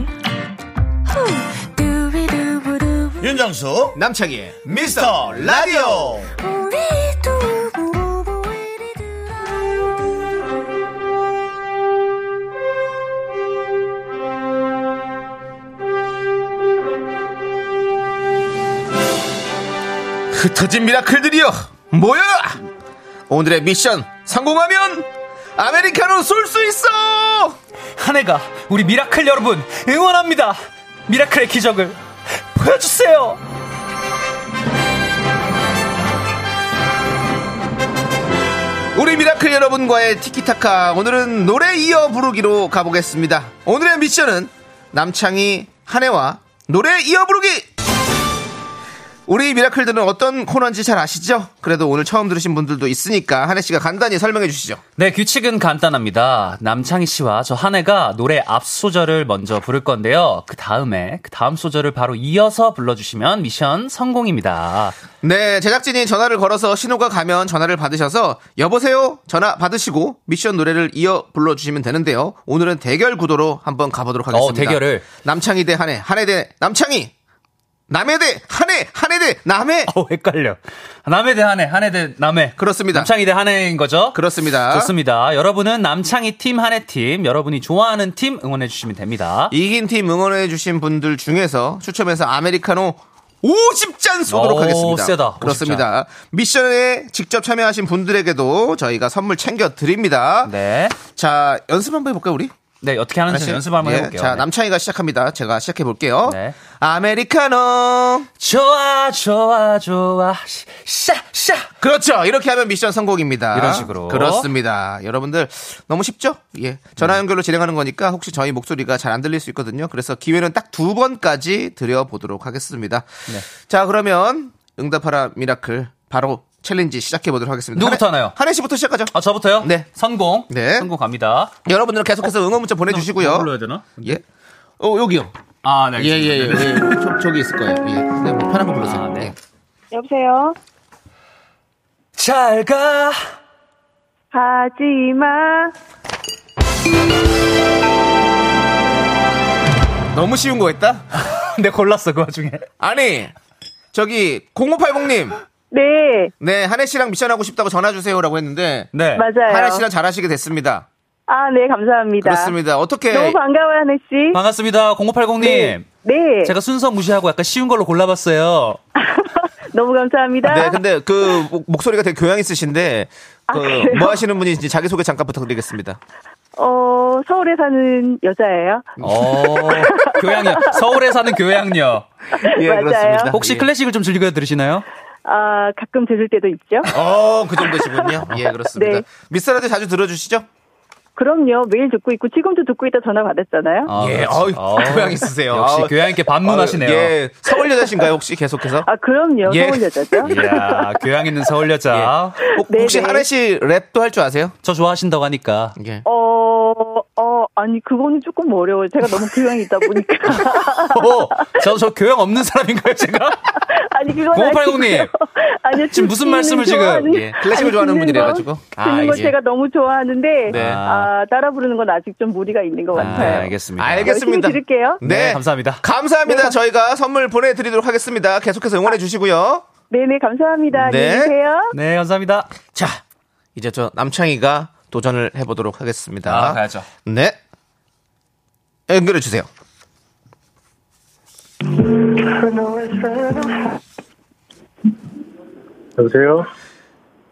C: 후. 두비두부두.
D: 윤정수
A: 남창희의
D: 미스터 라디오
C: 우리 두부부부 우리 두부부.
A: 흩어진 미라클들이여 모여라 오늘의 미션 성공하면 아메리카노 쏠 수 있어
B: 한 해가 아, 우리 미라클 여러분 응원합니다. 미라클의 기적을 보여주세요.
A: 우리 미라클 여러분과의 티키타카 오늘은 노래 이어 부르기로 가보겠습니다 오늘의 미션은 남창희 한혜와 노래 이어 부르기 우리 미라클들은 어떤 코너인지 잘 아시죠? 그래도 오늘 처음 들으신 분들도 있으니까 한혜 씨가 간단히 설명해 주시죠.
B: 네, 규칙은 간단합니다. 남창희 씨와 저 한혜가 노래 앞 소절을 먼저 부를 건데요. 그 다음에 그 다음 소절을 바로 이어서 불러주시면 미션 성공입니다.
A: 네, 제작진이 전화를 걸어서 신호가 가면 전화를 받으셔서 여보세요 전화 받으시고 미션 노래를 이어 불러주시면 되는데요. 오늘은 대결 구도로 한번 가보도록 하겠습니다.
B: 어, 대결을.
A: 남창희 대 한해, 한해 대 남창희, 남해 대 한해, 한해 대 남해.
B: 어, 헷갈려. 남해 대 한해, 한해 대 남해.
A: 그렇습니다.
B: 남창희 대 한해인 거죠?
A: 그렇습니다.
B: 좋습니다. 여러분은 남창희 팀, 한해 팀, 여러분이 좋아하는 팀 응원해주시면 됩니다.
A: 이긴 팀 응원해주신 분들 중에서 추첨해서 아메리카노 50잔 쏘도록
B: 오,
A: 하겠습니다.
B: 어, 세다. 50잔.
A: 그렇습니다. 미션에 직접 참여하신 분들에게도 저희가 선물 챙겨드립니다.
B: 네.
A: 자, 연습 한번 해볼까요, 우리?
B: 네, 어떻게 하는지
A: 다시?
B: 연습 한번
A: 예,
B: 해볼게요.
A: 자,
B: 네.
A: 남창희가 시작합니다. 제가 시작해 볼게요.
B: 네.
A: 아메리카노.
B: 좋아, 좋아, 좋아. 시- 샤, 샤.
A: 그렇죠. 이렇게 하면 미션 성공입니다.
B: 이런 식으로.
A: 그렇습니다. 여러분들 너무 쉽죠? 예.
B: 네.
A: 전화 연결로 진행하는 거니까 혹시 저희 목소리가 잘 안 들릴 수 있거든요. 그래서 기회는 딱 두 번까지 드려 보도록 하겠습니다. 자, 그러면 응답하라 미라클 바로 챌린지 시작해 보도록 하겠습니다.
B: 누구부터
A: 한혜-
B: 하나요?
A: 한혜 씨부터 시작하죠.
B: 아, 저부터요?
A: 네.
B: 성공.
A: 네.
B: 성공 갑니다.
A: 여러분들은 계속해서 응원 문자 보내 주시고요.
B: 불러야 되나?
A: 예. 어, 여기요.
B: 아, 네.
A: 예, 예,
B: 알겠습니다.
A: 예. 예. 저, 저기 있을 거예요. 예. 네, 뭐 편한 거 불러서.
B: 아, 네.
A: 예.
E: 여보세요?
B: 잘 가.
E: 가지마.
A: 너무 쉬운 거 했다?
B: 내 골랐어, 그 와중에.
A: 아니, 저기, 0580님.
E: 네,
A: 네, 한혜 씨랑 미션하고 싶다고 전화주세요라고 했는데,
B: 네.
E: 맞아요.
A: 한혜 씨랑 잘 하시게 됐습니다.
E: 아, 네, 감사합니다.
A: 그렇습니다. 어떻게.
E: 너무 반가워요, 하늘 씨.
B: 반갑습니다. 0580님.
E: 네,
B: 제가 순서 무시하고 약간 쉬운 걸로 골라봤어요.
E: 너무 감사합니다.
A: 네, 근데 그 목- 목소리가 되게 교양 있으신데, 그
E: 아, 그래요?
A: 뭐 하시는 분인지 자기소개 잠깐 부탁드리겠습니다.
E: 어, 서울에 사는 여자예요.
B: 어, 교양녀. 서울에 사는 교양녀.
A: 예,
E: 맞아요.
A: 그렇습니다.
B: 혹시
A: 예.
B: 클래식을 좀 즐겨 들으시나요?
E: 아, 가끔 들을 때도 있죠.
A: 어, 그 정도시군요. 예, 그렇습니다.
E: 네.
A: 미스터라디 자주 들어주시죠?
E: 그럼요, 매일 듣고 있고, 지금도 듣고 있다 전화 받았잖아요.
B: 아,
A: 예,
B: 그렇죠.
A: 어이,
B: 어.
A: 교양 있으세요.
B: 역시
A: 아우.
B: 교양 있게 반문하시네요.
A: 아, 예, 서울 여자신가요, 혹시 계속해서?
E: 아, 그럼요,
A: 예.
E: 서울 여자죠.
B: 이야, 교양 있는 서울 여자.
A: 혹-
E: 네,
A: 혹시
E: 네.
A: 한혜 씨 랩도 할 줄 아세요?
B: 저 좋아하신다고 하니까.
A: 예.
E: 어, 어, 아니, 그거는 조금 어려워요. 제가 너무 교양이 있다 보니까.
B: 오, 저, 저 교양 없는 사람인가요, 제가?
E: 아니, 그건
B: 0580 님.
E: 아니고요. 아니요,
B: 지금 무슨
E: 듣기는
B: 말씀을 지금,
E: 좋아하는-
A: 예, 클래식을
E: 아니,
A: 좋아하는
E: 듣는
A: 분이라
E: 거-
A: 가지고.
E: 듣는
A: 아,
E: 걸
A: 예.
E: 제가 너무 좋아하는데
A: 네.
E: 아, 따라 부르는 건 아직 좀 무리가 있는 것
B: 아,
E: 같아요.
B: 알겠습니다.
A: 알겠습니다.
E: 열심히 들을게요.
A: 네.
B: 네, 감사합니다.
A: 감사합니다. 저희가 선물 보내드리도록 하겠습니다. 계속해서 응원해 주시고요.
E: 네네 감사합니다.
A: 네.
E: 안녕히 계세요.
B: 네, 감사합니다.
A: 자, 이제 저 남창희가 도전을 해보도록 하겠습니다.
B: 아, 가야죠.
A: 네. 연결해 주세요.
F: 여보세요?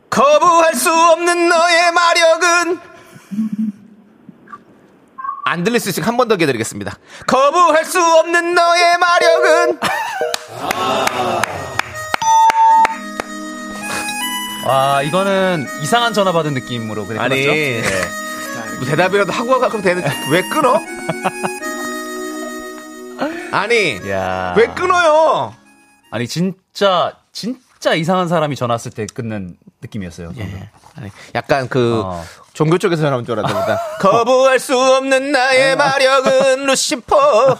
A: 거부할 수 없는 너의 마력은 안 들릴 수 있으니까 한 번 더 기다리겠습니다. 거부할 수 없는 너의 마력은
B: 와, 아, 이거는 이상한 전화 받은 느낌으로 그냥
A: 아니,
B: 끝났죠? 네.
A: 뭐 대답이라도 하고 가면 되는데 왜 끊어? 아니
B: 야.
A: 왜 끊어요?
B: 아니, 진짜, 진짜 이상한 사람이 전화 왔을 때 끊는 느낌이었어요. 방금.
A: 예. 아니, 약간 그
B: 어.
A: 종교 쪽에서 전화 온 줄 알았답니다.
B: 네.
A: 거부할 수 없는 나의 마력은 루시퍼.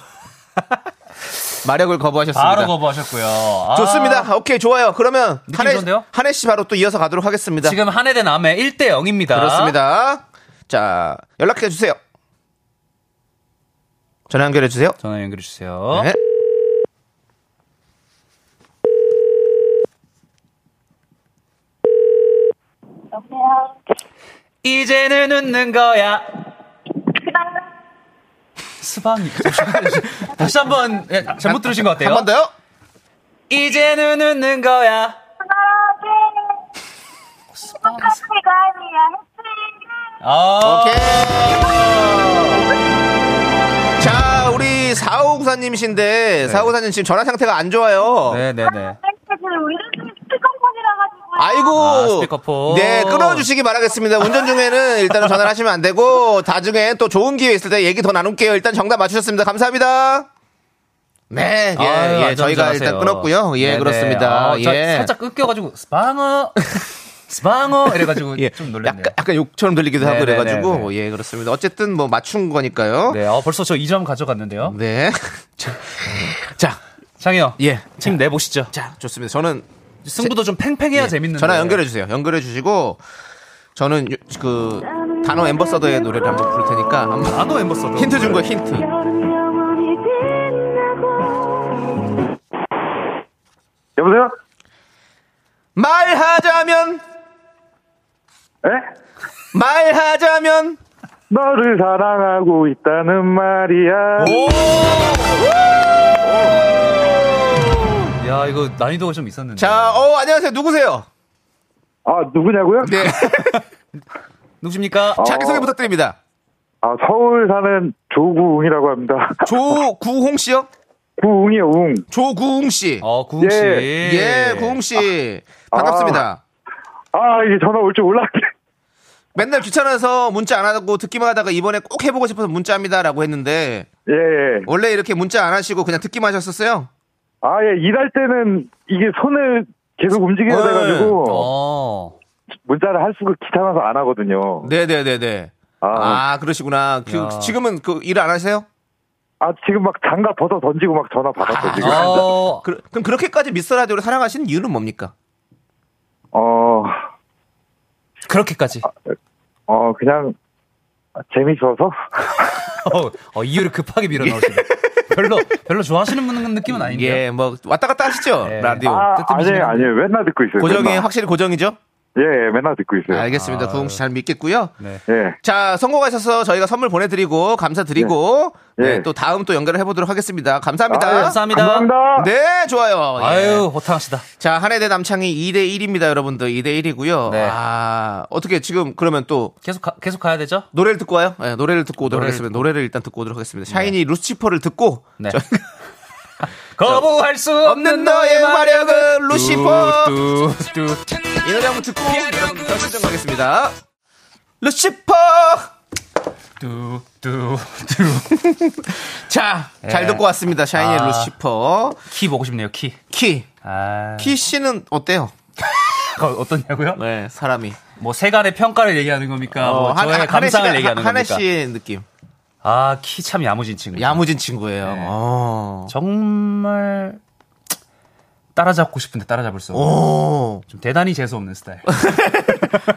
A: 마력을 거부하셨습니다.
B: 바로 거부하셨고요. 아,
A: 좋습니다. 오케이, 좋아요. 그러면 한혜
B: 좋은데요?
A: 한혜 씨 바로 또 이어서 가도록 하겠습니다.
B: 지금 한해 대 남해 1대 0입니다.
A: 그렇습니다. 자, 연락해 주세요. 전화 연결해 주세요.
B: 전화 연결해 주세요.
A: 네.
B: 이제는 웃는 거야. 수방이 다시 한번 예, 잘못 들으신 것 같아요.
A: 한 번 더요.
B: 이제는 웃는 거야. 아,
A: 오케이. 자, 우리 4594님이신데, 4594님 지금 전화 상태가 안 좋아요.
B: 네. 네네네.
A: 아이고.
B: 아, 스피커폰.
A: 네, 끊어주시기 바라겠습니다. 운전 중에는 일단은 전화를 하시면 안 되고, 나중에 또 좋은 기회 있을 때 얘기 더 나눌게요. 일단 정답 맞추셨습니다. 감사합니다. 네, 예,
B: 아유,
A: 예,
B: 안전
A: 저희가
B: 운전하세요.
A: 일단 끊었고요. 예,
B: 네네.
A: 그렇습니다.
B: 아, 저
A: 예.
B: 살짝 끊겨가지고 스방어, 스방어 이래가지고
A: 예,
B: 좀 놀랐네요.
A: 약간, 약간 욕처럼 들리기도 하고
B: 네네네네.
A: 그래가지고, 예, 그렇습니다. 어쨌든 뭐 맞춘 거니까요.
B: 네, 어, 벌써 저 2점 가져갔는데요.
A: 네. 자, 자,
B: 창희 형,
A: 예.
B: 팀 내보시죠.
A: 자, 좋습니다. 저는 예.
B: 승부도 좀 팽팽해야 재밌는데.
A: 전화 연결해 주세요. 연결해 주시고 저는 요- 그 단어 앰버서더의 노래를 한번 부를 테니까 한번
B: 나도 엠버서도.
A: 힌트 준 거 힌트.
F: 여보세요?
A: 말하자면
F: 예?
A: 말하자면
F: 너를 사랑하고 있다는 말이야.
B: 야, 이거 난이도가 좀 있었는데.
A: 자, 어 안녕하세요. 누구세요?
F: 아, 누구냐고요?
A: 네.
B: 누구십니까?
A: 자기 소개 부탁드립니다.
F: 어. 아, 서울 사는 조구웅이라고 합니다.
A: 조구홍 씨요?
F: 구웅이요, 웅.
A: 조구홍 씨.
B: 어, 구웅 씨.
A: 예, 구홍 씨. 반갑습니다.
F: 아, 이게 전화 올 줄 몰랐네.
A: 맨날 귀찮아서 문자 안 하고 듣기만 하다가 이번에 꼭 해보고 싶어서 문자합니다라고 했는데
F: 예, 예.
A: 원래 이렇게 문자 안 하시고 그냥 듣기만 하셨었어요?
F: 아, 예, 일할 때는 이게 손을 계속 움직여야
A: 네.
F: 돼가지고,
B: 어.
F: 문자를 할 수가 귀찮아서 안 하거든요.
A: 네네네네.
F: 아,
A: 아, 그러시구나. 그-
B: 야.
A: 지금은 그 일 안 하세요?
F: 아, 지금 막 장갑 벗어 던지고 막 전화 받았어, 지금.
B: 어.
A: 그, 럼 그렇게까지 미스터 라디오를 사랑하시는 이유는 뭡니까?
F: 어, 아,
B: 그렇게까지.
F: 어, 그냥, 재밌어서?
B: 어, 어, 이유를 급하게 밀어 넣으시네. 별로 별로 좋아하시는 분 느낌은 아닌데요.
A: 예, 뭐 왔다 갔다 하시죠
B: 네.
A: 라디오.
F: 아, 아니에요, 아니에요. 맨날 듣고 있어요.
A: 고정이
F: 맨날.
A: 확실히 고정이죠?
F: 예, 예, 맨날 듣고 있어요.
B: 아.
A: 알겠습니다. 구홍 씨 잘 믿겠고요.
B: 네.
F: 예.
A: 자, 성공하셔서 저희가 선물 보내드리고 감사드리고
F: 예.
A: 네,
F: 예.
A: 또 다음 또 연결을 해보도록 하겠습니다. 감사합니다.
F: 아, 예.
B: 감사합니다.
F: 감사합니다.
A: 네, 좋아요. 예.
B: 아유, 호탕하시다.
A: 자, 한해대 남창이 2대 1입니다, 여러분들. 2대 1이고요.
B: 네.
A: 아, 어떻게 지금 그러면 또
B: 계속 가, 계속 가야 되죠?
A: 노래를 듣고 와요? 네, 노래를 듣고 오도록
B: 노래를
A: 하겠습니다. 노래를 일단 듣고 오도록 하겠습니다. 네, 샤이니 루시퍼를 듣고
B: 네.
A: 저-
B: 거부할 수
A: 없는 너의 마력은 루시퍼 이 노래 한번 듣고 결승전 가겠습니다. 루시퍼
B: 뚜뚜뚜
A: 자, 잘
B: 예.
A: 듣고 왔습니다. 샤이니
B: 아.
A: 루시퍼
B: 키 보고 싶네요, 키.
A: 키.
B: 아.
A: 키 씨는 어때요?
B: 가- 어떻냐고요?
A: 네, 사람이.
B: 뭐 세간의 평가를 얘기하는 겁니까? 뭐
A: 어, 한-
B: 저의
A: 한-
B: 감상을
A: 한혜 씨가-
B: 얘기하는
A: 한혜
B: 겁니까?
A: 씨의 느낌.
B: 아, 키 참 야무진 친구.
A: 야무진 친구예요.
B: 네.
A: 어.
B: 정말 따라잡고 싶은데 따라잡을 수 없는
A: 오.
B: 좀 대단히 재수 없는 스타일.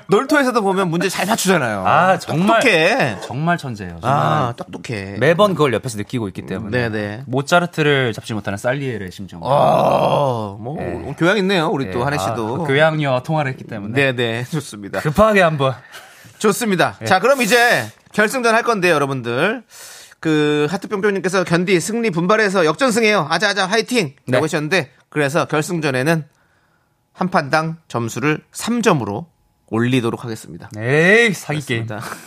A: 놀토에서도 보면 문제 잘 맞추잖아요.
B: 아, 정말
A: 똑똑해.
B: 정말 천재예요. 정말
A: 아, 똑똑해.
B: 매번 그걸 옆에서 느끼고 있기 때문에
A: 네네.
B: 모차르트를 잡지 못하는 살리에르의 심정.
A: 어, 뭐 오늘 교양 있네요. 우리
B: 예,
A: 또 한혜
B: 아,
A: 씨도.
B: 그 교양녀와 통화를 했기 때문에
A: 네, 네, 좋습니다.
B: 급하게 한번
A: 좋습니다.
B: 예.
A: 자, 그럼 이제 결승전 할 건데요, 여러분들. 그 하트뿅뿅님께서 견디 승리 분발해서 역전승해요. 아자아자 화이팅!
B: 네.
A: 라고 하셨는데 그래서 결승전에는 한 판당 점수를 3점으로 올리도록 하겠습니다.
B: 에이 사기 게임.
A: 그렇습니다.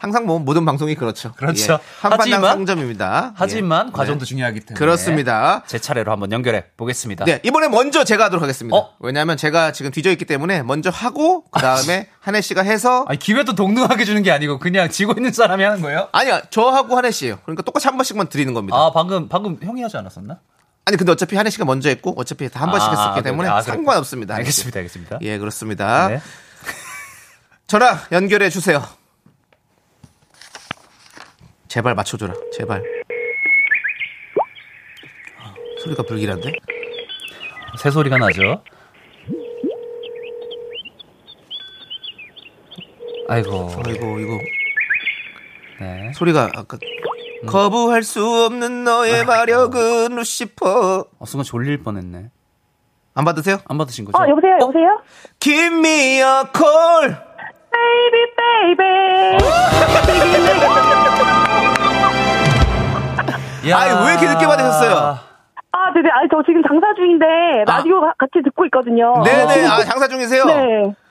A: 항상 뭐 모든 방송이 그렇죠.
B: 그렇죠.
A: 한 판당
B: 하지만-
A: 3점입니다. 예, 네.
B: 하지만 과정도 중요하기 때문에
A: 그렇습니다.
B: 제 차례로 한번 연결해 보겠습니다.
A: 네, 이번에 먼저 제가 하도록 하겠습니다.
B: 어? 아,
A: 왜냐하면 제가 지금 뒤져 있기 때문에 먼저 하고 그 다음에 한혜 씨가 해서
B: 아니 기회도 동등하게 주는 게 아니고 그냥 지고 있는 사람이 하는 거예요?
A: 아니야 저하고 한혜 씨예요. 그러니까 똑같이 한 번씩만 드리는 겁니다.
B: 아 방금 방금 형이 하지 않았었나?
A: 아니 근데 어차피 한혜 씨가 먼저 했고 어차피 다 한 번씩
B: 아,
A: 했었기
B: 그래.
A: 때문에
B: 아, 그래.
A: 상관없습니다. 한혜 씨.
B: 알겠습니다, 알겠습니다.
A: 예 그렇습니다.
B: 네.
A: 전화 연결해 주세요. 제발 맞춰줘라. 제발. 소리가 불길한데?
B: 새 소리가 나죠. 아이고.
A: 아이고 이거
B: 어. 네. 음.
A: 소리가 아까 거부할 수 없는 너의 마력은 루시퍼
B: 아, 어, 순간 졸릴 뻔했네.
A: 안 받으세요?
B: 안 받으신 거죠?
E: 어, 여보세요, 여보세요?
A: Give me a call
E: 베이비, 베이비.
B: 야.
A: 아이, 왜 이렇게 늦게 받으셨어요?
E: 아, 네네. 아, 저 지금 장사 중인데,
A: 아.
E: 라디오 가- 같이 듣고 있거든요.
A: 네네 아 장사 중이세요?
E: 어. 네.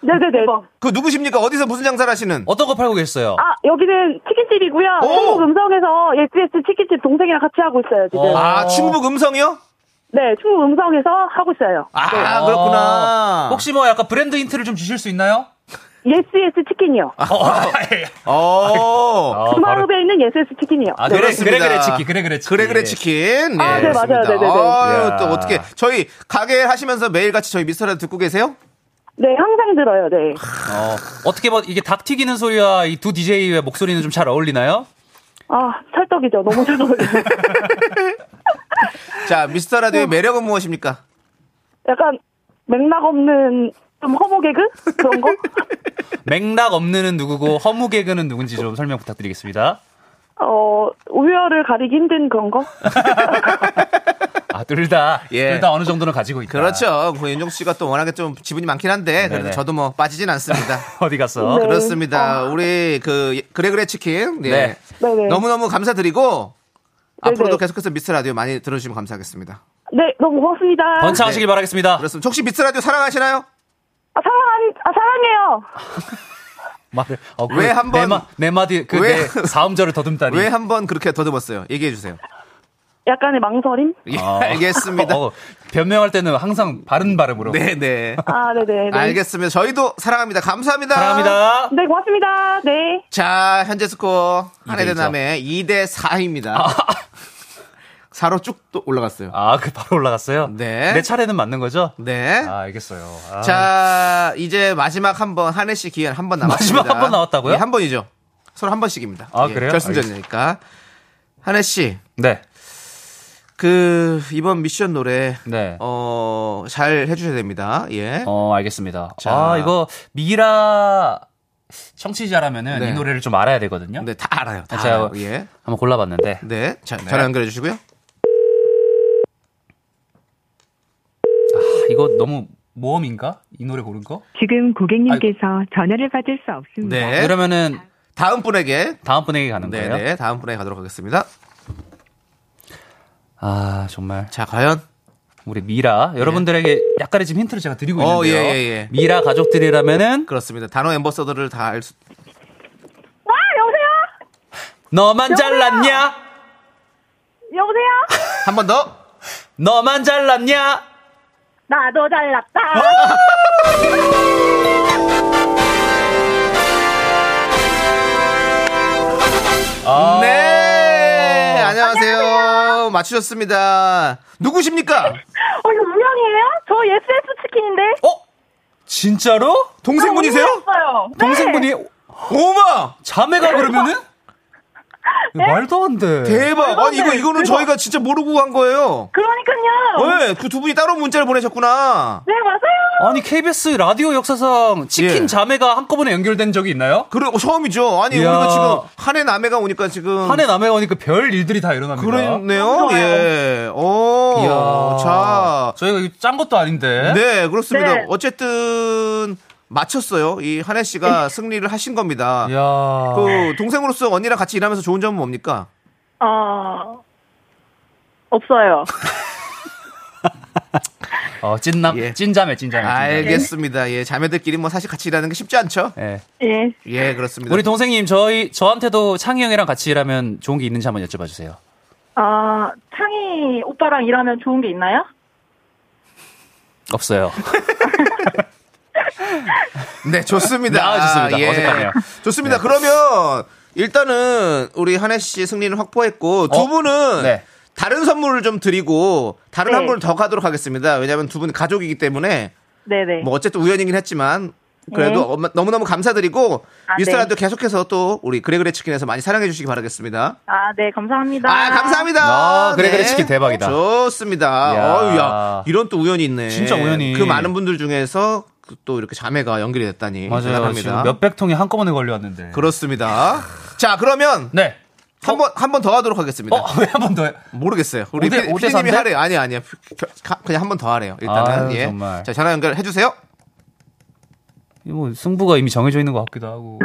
E: 네네네.
A: 그 누구십니까? 어디서 무슨 장사를 하시는?
B: 어떤 거 팔고 계셨어요?
E: 아, 여기는 치킨집이고요.
A: 오!
E: 충북 음성에서 SBS 치킨집 동생이랑 같이 하고 있어요, 지금.
B: 어.
A: 아 충북 음성이요?
E: 네, 충북 음성에서 하고 있어요.
A: 아 그렇구나
B: 어, 혹시 뭐 약간 브랜드 힌트를 좀 주실 수 있나요?
E: 예스예스 치킨이요.
A: 아. 어
B: 아, 바로-
E: 주마읍에 있는 예스예스 치킨이요.
B: 아,
E: 네.
B: 그래,
A: 그렇습니다.
B: 그래, 그래, 치킨, 그래, 그래, 치킨.
A: 그래 그래 치킨
E: 아, 네, 맞아요.
A: 그렇습니다.
E: 네, 네, 네.
A: 아유
B: 이야.
A: 또 어떻게 저희 가게 하시면서 매일같이 저희 미스터라도 듣고 계세요? 아,
E: 네, 항상 들어요, 네.
B: 어, 어떻게 봐, 이게 닭 튀기는 소리와 이 두 DJ의 목소리는 좀 잘 어울리나요?
E: 아, 찰떡이죠. 너무 찰떡이죠.
A: 자
E: 어.
A: 미스터라디오의 매력은 무엇입니까?
E: 약간 맥락 없는 좀 허무 개그? 그런 거?
B: 맥락 없는은 누구고 허무 개그는 누군지 좀 설명 부탁드리겠습니다.
E: 어, 우열을 가리기 힘든 그런 거?
B: 아, 둘 다.
A: 예.
B: 둘 다 어느 정도는 가지고 있다.
A: 그렇죠. 그 윤정 씨가 또 워낙에 좀 지분이 많긴 한데 그래도
B: 아. 네네.
A: 저도 뭐 빠지진 않습니다.
B: 어디 갔어?
E: 네.
A: 그렇습니다. 우리 그 예, 그래 그래 치킨 예.
B: 네.
E: 네네.
A: 너무너무 감사드리고
E: 네네.
A: 앞으로도 계속해서 미스 라디오 많이 들어주시면 감사하겠습니다.
E: 네, 너무 고맙습니다.
A: 네.
B: 번창하시길 바라겠습니다.
A: 그렇습니다. 혹시 미스 라디오 사랑하시나요?
E: 아, 사랑, 아, 사랑해요.
B: 말을. 어, 그
A: 왜한 번-
B: 네, 마, 네 마디, 그,
A: 왜-
B: 네 사음절을 더듬다니.
A: 왜 한 번 그렇게 더듬었어요? 얘기해 주세요.
E: 약간의 망설임?
A: 예,
B: 어.
A: 알겠습니다.
B: 어, 변명할 때는 항상 바른 발음으로.
A: 네네.
E: 아, 네네. 네.
A: 알겠습니다. 저희도 사랑합니다. 감사합니다.
B: 사랑합니다.
E: 네, 고맙습니다. 네.
A: 자, 현재 스코어 한해
B: 이대이죠.
A: 대남의 2대 4입니다. 4로 쭉 또 올라갔어요.
B: 아, 그 바로 올라갔어요?
A: 네.
B: 내 차례는 맞는 거죠?
A: 네.
B: 아, 알겠어요. 아.
A: 자, 이제 마지막 한 번, 한혜 씨 기회는 한 번 남았습니다.
B: 마지막 한번 남았다고요?
A: 예, 한 번이죠. 서로 한 번씩입니다. 예,
B: 아, 그래요?
A: 결승전이니까. 한혜 씨,
B: 네.
A: 그, 이번 미션 노래,
B: 네.
A: 어, 잘 해주셔야 됩니다. 예.
B: 어, 알겠습니다.
A: 자.
B: 아, 이거 미라 청취자라면은
A: 네.
B: 이 노래를 좀 알아야 되거든요.
A: 네, 다 알아요. 다
B: 제가
A: 알아요. 예.
B: 한번 골라봤는데.
A: 네. 자, 전화 연결해 주시고요.
B: 아, 이거 너무 모험인가? 이 노래 고른 거?
G: 지금 고객님께서 전화를 받을 수 없습니다.
A: 아, 네.
B: 그러면은
A: 다음 분에게.
B: 다음 분에게 가는
A: 네,
B: 거예요.
A: 네. 다음 분에게 가도록 하겠습니다.
B: 아, 정말
A: 자, 과연.
B: 우리 미라 여러분들에게 약간의 지금 힌트를 제가 드리고
A: 어,
B: 있는데요.
A: 예, 예, 예.
B: 미라 가족들이라면은
A: 그렇습니다. 단어 엠버서더를 다 알 수.
E: 와, 아, 여보세요?
B: 너만 잘났냐?
E: 여보세요?
A: 한 번 더.
B: 너만 잘났냐?
E: 나도 잘났다.
B: 아,
A: 네. 안녕하세요. 맞추셨습니다. 누구십니까?
E: 어, 이거 우연이에요? 저 SS 치킨인데.
B: 어? 진짜로?
E: 아,
A: 동생분이세요?
E: 했어요. 네.
B: 동생분이
A: 오마!
B: 자매가 그러면은?
E: 네.
B: 말도 안 돼.
A: 대박! 아니, 이거, 이거는
E: 대박. 아.
A: 저희가 진짜 모르고 한 거예요.
E: 그러니까요.
A: 네, 그 두 분이 따로 문자를 보내셨구나.
E: 네, 맞아요.
B: 아니 KBS 라디오 역사상 치킨
A: 예.
B: 자매가 한꺼번에 연결된 적이 있나요?
A: 그리고 처음이죠. 아니,
B: 이야.
A: 우리가 지금 한해 남해가 오니까 지금.
B: 한해 남해 오니까 별 일들이 다 일어납니다.
A: 그러네요. 예. 오.
B: 이야.
A: 자.
B: 저희가 이거 짠 것도 아닌데.
A: 네, 그렇습니다.
E: 네.
A: 어쨌든, 맞췄어요. 이 한혜
E: 네.
A: 씨가 승리를 하신 겁니다.
B: 이야.
A: 그 동생으로서 언니랑 같이 일하면서 좋은 점은 뭡니까?
E: 어, 없어요.
B: 어, 찐남,
A: 예.
B: 찐자매, 찐자매. 찐자매.
A: 알겠습니다. 예, 자매들끼리 뭐 사실 같이 일하는 게 쉽지 않죠?
B: 예.
E: 예.
A: 예, 그렇습니다.
B: 우리 동생님, 저희, 저한테도 창희 형이랑 같이 일하면 좋은 게 있는지 한번 여쭤봐 주세요.
E: 아, 창희 오빠랑 일하면 좋은 게 있나요?
B: 없어요.
A: 네, 좋습니다. 예.
B: 아, 좋습니다. 어색하네요.
A: 좋습니다. 그러면 일단은 우리 한혜 씨 승리는 확보했고 두
B: 어?
A: 분은
B: 네.
A: 다른 선물을 좀 드리고 다른
E: 네.
A: 한 분을 더 가도록 하겠습니다. 왜냐하면 두 분 가족이기 때문에
E: 네네. 네.
A: 뭐 어쨌든 우연이긴 했지만 그래도 엄마- 너무너무 감사드리고
E: 아,
A: 미스터라도 계속해서 또 우리 그래그래 치킨에서 많이 사랑해 주시기 바라겠습니다.
E: 아, 네, 감사합니다.
A: 아 감사합니다.
B: 아, 그래그래 치킨 대박이다.
A: 좋습니다.
B: 이야.
A: 어우야 이런 또 우연이 있네.
B: 진짜 우연이.
A: 그 많은 분들 중에서 그또 이렇게 자매가 연결이 됐다니
B: 맞아요.
A: 대단합니다.
B: 지금 몇백 통이 한꺼번에 걸려왔는데.
A: 그렇습니다. 자 그러면
B: 네.
A: 한 번 한 번 더 하도록 하겠습니다.
B: 어, 왜 한 번 더 해?
A: 모르겠어요. 우리
B: 오 대-
A: 피-
B: 오대
A: 피디님이
B: 삼대?
A: 하래요. 아니 아니요. 그냥 한 번 더 하래요. 일단은
B: 아유,
A: 예.
B: 정말.
A: 자 전화 연결해 주세요.
B: 뭐 승부가 이미 정해져 있는 것 같기도 하고.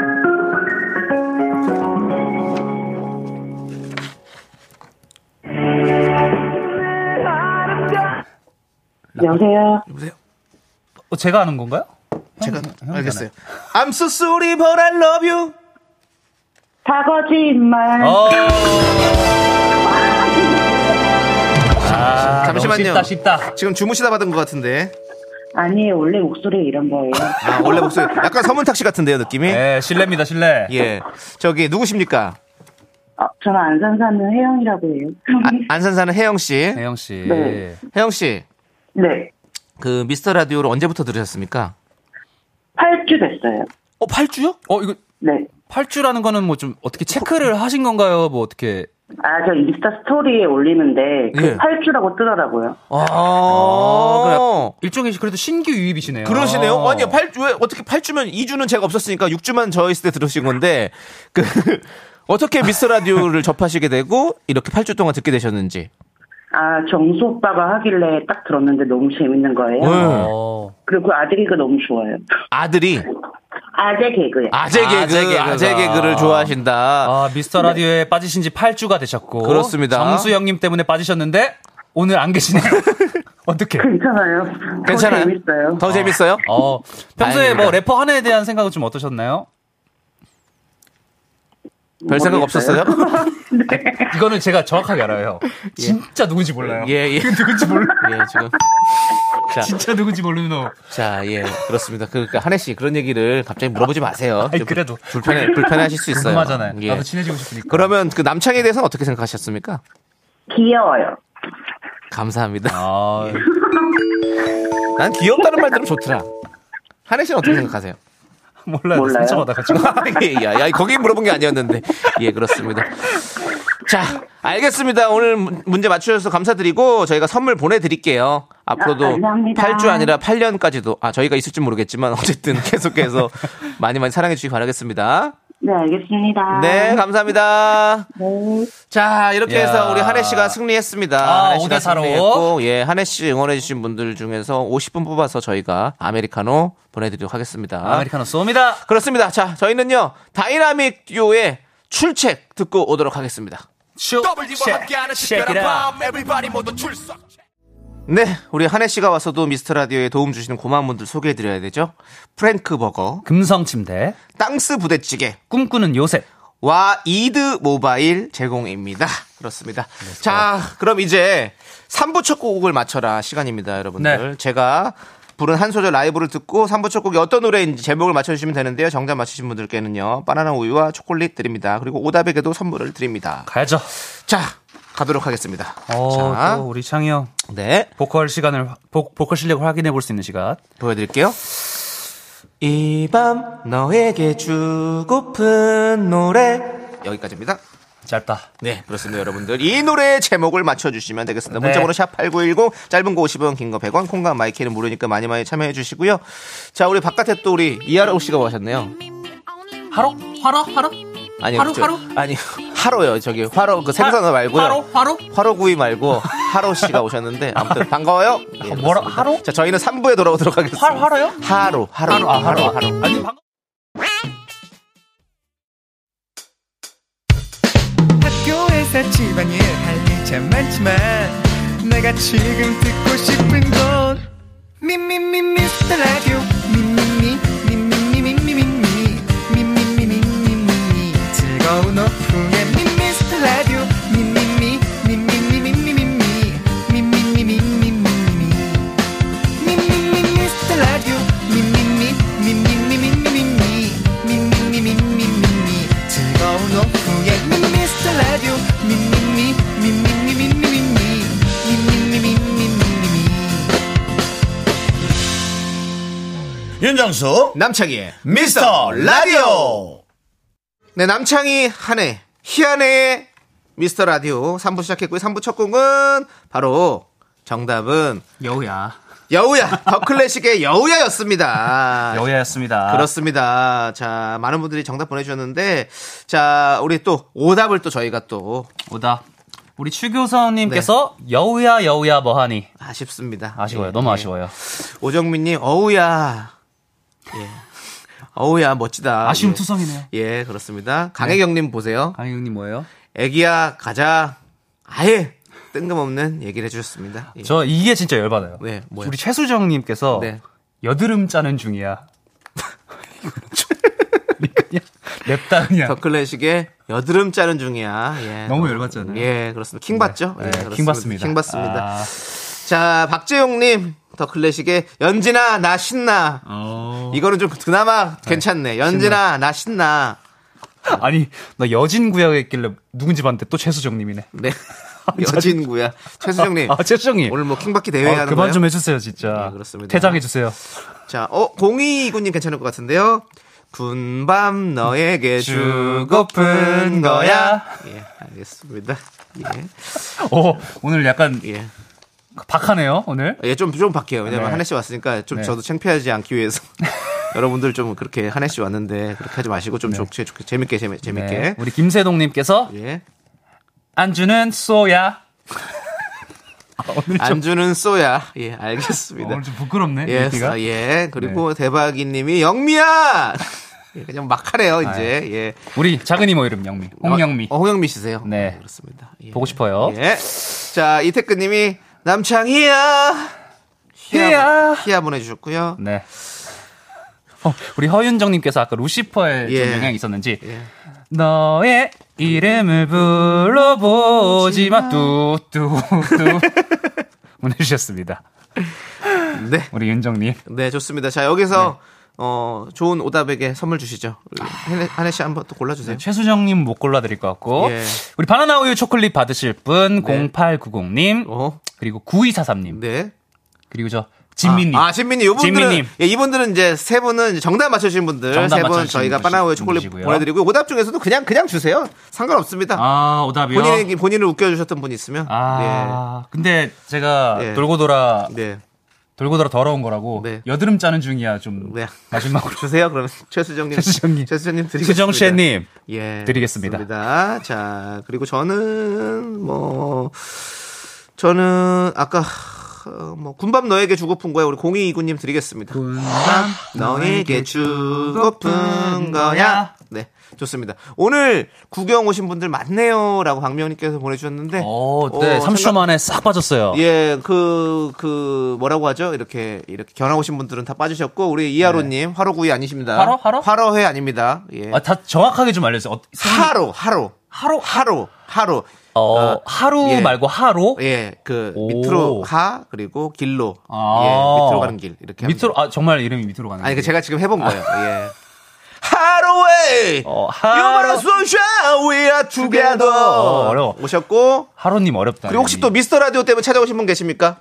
E: 여보세요?
A: 여보세요.
B: 어, 제가 하는 건가요?
A: 제가
B: 형이잖아요.
A: 알겠어요. I'm so sorry but I love you.
E: 다 거짓말.
B: 어.
A: 잠시만요.
B: 아, 쉽다 쉽다.
A: 지금 주무시다 받은 것 같은데.
E: 아니, 원래 목소리 이런 거예요.
A: 아, 원래 목소리 약간 서문탁 씨 같은데요 느낌이.
B: 네 실례입니다 실례.
A: 예. 저기 누구십니까?
E: 어, 저는 안산 사는 혜영이라고 해요.
A: 아, 안산사는 혜영 씨.
B: 혜영 씨.
E: 네.
A: 혜영 씨.
E: 네.
A: 그 미스터 라디오를 언제부터 들으셨습니까?
E: 8주 됐어요.
B: 어 8주요? 어 이거
E: 네.
B: 8주라는 거는 뭐 좀 어떻게 체크를 하신 건가요? 뭐 어떻게?
E: 아, 저 인스타 스토리에 올리는데, 그
A: 예.
E: 8주라고 뜨더라고요.
A: 아.
B: 일종의 그래도 신규 유입이시네요.
A: 그러시네요. 아니요, 8주, 왜, 어떻게 8주면 2주는 제가 없었으니까 6주만 저 있을 때 들으신 건데, 그, 어떻게 미스터 라디오를 접하시게 되고, 이렇게 8주 동안 듣게 되셨는지.
E: 아, 정수 오빠가 하길래 딱 들었는데 너무 재밌는 거예요.
A: 응.
B: 어.
E: 그리고 아들 이가 너무 좋아요.
A: 아들이
E: 아재 개그요.
A: 아재
B: 아재
A: 개그,
B: 개그가.
A: 아재 개그를 좋아하신다.
B: 아 미스터 라디오에 빠지신 지 8주가 되셨고.
A: 그렇습니다.
B: 정수영님 때문에 빠지셨는데 오늘 안 계시네요. 어떻게?
E: 괜찮아요.
A: 괜찮아요?
E: 더 재밌어요.
A: 더 재밌어요?
B: 어 평소에
A: 다행입니다.
B: 뭐 래퍼 한해에 대한 생각은 좀 어떠셨나요?
A: 별 생각
B: 아,
E: 모르겠어요.
A: 없었어요?
B: 이거는 제가 정확하게 알아요. 진짜 누군지 몰라요.
A: 예, 예. 누군지 몰라. 예, 지금. 자,
B: 진짜 누군지 모르는 놈.
A: 자, 예, 그렇습니다. 그러니까 한혜 씨 그런 얘기를 갑자기 물어보지 마세요.
B: 아니,
A: 좀
B: 그래도.
A: 불편해 불편해하실 수 있어요.
B: 궁금하잖아요.
A: 예.
B: 나도 친해지고 싶으니까.
A: 그러면 그 남창에 대해서는 어떻게 생각하셨습니까?
E: 귀여워요.
A: 감사합니다.
B: 아,
A: 난 귀엽다는 말 들으면 좋더라. 한혜 씨는 어떻게 생각하세요?
B: 몰라요.
E: 몰라요.
B: 상처받아가지고.
A: 예, 야, 야, 거기 물어본 게 아니었는데. 예, 그렇습니다. 자, 알겠습니다. 오늘 문- 문제 맞추셔서 감사드리고 저희가 선물 보내드릴게요.
E: 아,
A: 앞으로도
E: 감사합니다.
A: 8주 아니라 8년까지도 아 저희가 있을지 모르겠지만 어쨌든 계속해서 많이 많이 사랑해 주시기 바라겠습니다.
E: 네, 알겠습니다. 네.
A: 네, 감사합니다. 자, 이렇게
B: 야.
A: 해서 우리 한혜 씨가 승리했습니다.
B: 아,
A: 한혜 씨가
B: 5대 4로.
A: 승리했고, 예, 한혜 씨 응원해주신 분들 중에서 50분 뽑아서 저희가 아메리카노 보내드리도록 하겠습니다.
B: 아메리카노 쏩니다.
A: 그렇습니다. 자, 저희는요, 다이나믹 듀오의 출첵 듣고 오도록 하겠습니다.
B: 슈.
A: 네, 우리 한혜 씨가 와서도 미스터 라디오에 도움 주시는 고마운 분들 소개해드려야 되죠. 프랭크 버거,
B: 금성 침대.
A: 땅스 부대찌개,
B: 꿈꾸는 요셉.
A: 와 이드 모바일 제공입니다. 그렇습니다.
B: 그렇죠.
A: 자, 그럼 이제 3부 첫 곡을 맞춰라 시간입니다, 여러분들.
B: 네.
A: 제가 부른 한 소절 라이브를 듣고 3부 첫 곡이 어떤 노래인지 제목을 맞춰주시면 되는데요. 정답 맞히신 분들께는요, 바나나 우유와 초콜릿 드립니다. 그리고 오답에게도 선물을 드립니다.
B: 가야죠.
A: 자, 가도록 하겠습니다.
B: 어,
A: 자,
B: 또 우리 창희 형.
A: 네,
B: 보컬 시간을, 화- 보, 보컬 실력을 확인해 볼 수 있는 시간.
A: 보여드릴게요. 이 밤 너에게 주고픈 노래 여기까지입니다.
B: 짧다.
A: 네, 그렇습니다, 여러분들. 이 노래의 제목을 맞춰주시면 되겠습니다.
B: 네.
A: 문자번호 샵8910, 짧은 거 50원, 긴 거 100원, 콩과 마이키는 무료니까 많이 많이 참여해주시고요. 자, 우리 바깥에 또 우리 이하로 씨가 오셨네요.
B: 하루? 하루? 하루?
A: 아니,
B: 화로,
A: 저-
B: 화로?
A: 아니, 화로요. 저기, 화로, 그 생선어 말고요.
B: 하루? 하루?
A: 화로구이 말고, 하로 씨가 오셨는데, 아무튼 반가워요. 예,
B: 아, 뭐라,
A: 그렇습니다.
B: 하루?
A: 자, 저희는 3부에 돌아오도록 하겠습니다.
B: 화, 화로요?
A: 하루, 하루,
B: 하루, 아, 하루. 아니, 방금.
H: 학교에서 집안일 할 일 참 많지만 내가 지금 듣고 싶은 건 미미미 미스터 라디오 미미미 미미미 미미미 미미미 미미미 즐거운 오후에 미스터 라디오 미미미 미미미 미미미 미미미 미미미
D: 윤정수
A: 남창희의
D: 미스터 라디오
A: 네, 남창희 한해 희한해의 미스터 라디오 3부 시작했고요. 3부 첫 곡은 바로 정답은
B: 여우야.
A: 여우야 더 클래식의 여우야였습니다.
B: 여우야였습니다.
A: 그렇습니다. 자, 많은 분들이 정답 보내주셨는데, 자, 우리 또 오답을 또 저희가 또
B: 오다. 우리 추교선님께서 여우야 여우야 뭐하니
A: 아쉽습니다.
B: 아쉬워요.
A: 예,
B: 너무
A: 예.
B: 아쉬워요.
A: 오정민님, 어우야. 예. 어우야, 멋지다.
B: 아쉬움
A: 예.
B: 투성이네요. 네.
A: 예, 그렇습니다. 강혜경님 보세요.
B: 강희 형님 뭐예요?
A: 애기야, 가자. 아예 뜬금없는 얘기를 해주셨습니다. 예.
B: 저 이게 진짜 열받아요.
A: 네, 뭐요?
B: 우리 최수정님께서
A: 네.
B: 여드름 짜는 중이야. 그냥 냅다 그냥.
A: 더 클래식의 여드름 짜는 중이야. 예.
B: 너무 열받잖아요.
A: 예, 그렇습니다. 킹 받죠? 예,
B: 네,
A: 그렇습니다.
B: 킹받습니다.
A: 킹 받습니다.
B: 아.
A: 자, 박재용님. 더 클래식의 연진아, 나 신나.
B: 어.
A: 이거는 좀 그나마 괜찮네. 어. 연진아, 나 신나.
B: 아니 나 여진 구야에 있길래 누군지 봤는데 또 최수정님이네.
A: 네. 여진구야. 최수정님.
B: 아 최수정님.
A: 오늘 뭐 킹받기 대회
B: 아,
A: 하는
B: 그만
A: 거예요?
B: 좀 해주세요 진짜.
A: 네, 그렇습니다.
B: 퇴장해 주세요.
A: 자, 어, 0229님 괜찮을 것 같은데요. 군밤 너에게 주고픈 거야. 예, 알겠습니다. 예,
B: 오 어, 오늘 약간
A: 예.
B: 박하네요 오늘.
A: 예, 좀, 좀 바뀌어요. 왜냐면
B: 네.
A: 한혜 씨 왔으니까 좀
B: 네.
A: 저도 창피하지 않기 위해서. 여러분들 좀 그렇게 한혜 씨 왔는데 그렇게 하지 마시고 좀 좋게, 좋게, 재밌게, 재밌, 재밌게.
B: 네, 우리 김세동님께서
A: 예.
B: 안주는 쏘야. 아, 오늘 좀
A: 안주는 쏘야. 예, 알겠습니다.
B: 어, 오늘 좀 부끄럽네.
A: 예,
B: 얘기가. 네.
A: 아, 예. 그리고 대박이 님이 영미야! 예, 그냥 막 하래요,
B: 아,
A: 이제. 예.
B: 우리 작은 이모 이름 영미. 홍영미.
A: 어, 홍영미 씨세요?
B: 네.
A: 그렇습니다. 예.
B: 보고 싶어요.
A: 예. 자, 이태근 님이 남창희야!
B: 희야.
A: 희야 보내주셨고요.
B: 네. 어, 우리 허윤정님께서 아까 루시퍼에 좀
A: 예.
B: 영향이 있었는지
A: 예.
B: 너의 이름을 불러보지 마 뚜뚜뚜 보내주셨습니다.
A: 네.
B: 우리 윤정님.
A: 네, 좋습니다. 자, 여기서
B: 네.
A: 어, 좋은 오답에게 선물 주시죠. 한혜- 한혜 씨 한번 또 골라주세요.
B: 네, 최수정님 못 골라드릴 것 같고
A: 예. 네.
B: 우리 바나나 우유 초콜릿 받으실 분 0890님
A: 어,
B: 그리고 9243님
A: 네.
B: 그리고 저 진민님.
A: 아, 진민님. 이분들은,
B: 진민님.
A: 예, 이분들은 이제 세 분은 이제 정답 맞추신 분들.
B: 정답
A: 세 분
B: 맞춰주신
A: 저희가
B: 분들-
A: 바나우유 초콜릿
B: 분들이시고요.
A: 보내드리고요. 오답 중에서도 그냥, 그냥 주세요. 상관없습니다.
B: 아, 오답이요.
A: 본인에게, 본인을 웃겨주셨던 분이 있으면.
B: 아, 근데 제가
A: 예.
B: 돌고 돌아
A: 네. 네.
B: 돌고 돌아 더러운 거라고
A: 네.
B: 여드름 짜는 중이야 좀
A: 네.
B: 마지막으로
A: 주세요. 그러면 최수정님.
B: 최수정님.
A: 최수정님 드리겠습니다.
B: 수정 씨님
A: 예.
B: 드리겠습니다.
A: 그렇습니다. 자, 그리고 저는 뭐 저는 아까 어, 뭐 군밤 너에게 주고픈 거야 우리 공이 이구님 드리겠습니다. 군밤 너에게 주고픈 거야. 네, 좋습니다. 오늘 구경 오신 분들 많네요라고 박명님께서 보내주셨는데,
B: 오, 네,
A: 어,
B: 30초
A: 생각-
B: 만에 싹 빠졌어요.
A: 예, 그, 그, 뭐라고 하죠? 이렇게, 이렇게 견학 오신 분들은 다 빠지셨고, 우리 이하로님, 화로구이 아니십니다.
B: 화로? 화로?
A: 회 아닙니다. 예.
B: 네. 아, 다 정확하게 좀 알려주세요. 어,
A: 하루, 하루.
B: 하루?
A: 하루, 하루.
B: 어,
A: 아,
B: 하루
A: 예.
B: 말고 하루?
A: 예, 그
B: 오.
A: 밑으로 하 그리고 길로
B: 아.
A: 예, 밑으로 가는 길 이렇게
B: 밑으로
A: 합니다.
B: 아 정말 이름이 밑으로 가는
A: 아니 그
B: 거예요?
A: 제가 지금 해본 거예요. 예. 하루에
B: 어,
A: You
B: 하루
A: are so shy, we are together.
B: 어, 어려워.
A: 오셨고
B: 하루님 어렵다.
A: 그리고 혹시
B: 이름이. 어.
A: 또 미스터 라디오 때문에 찾아오신 분 계십니까?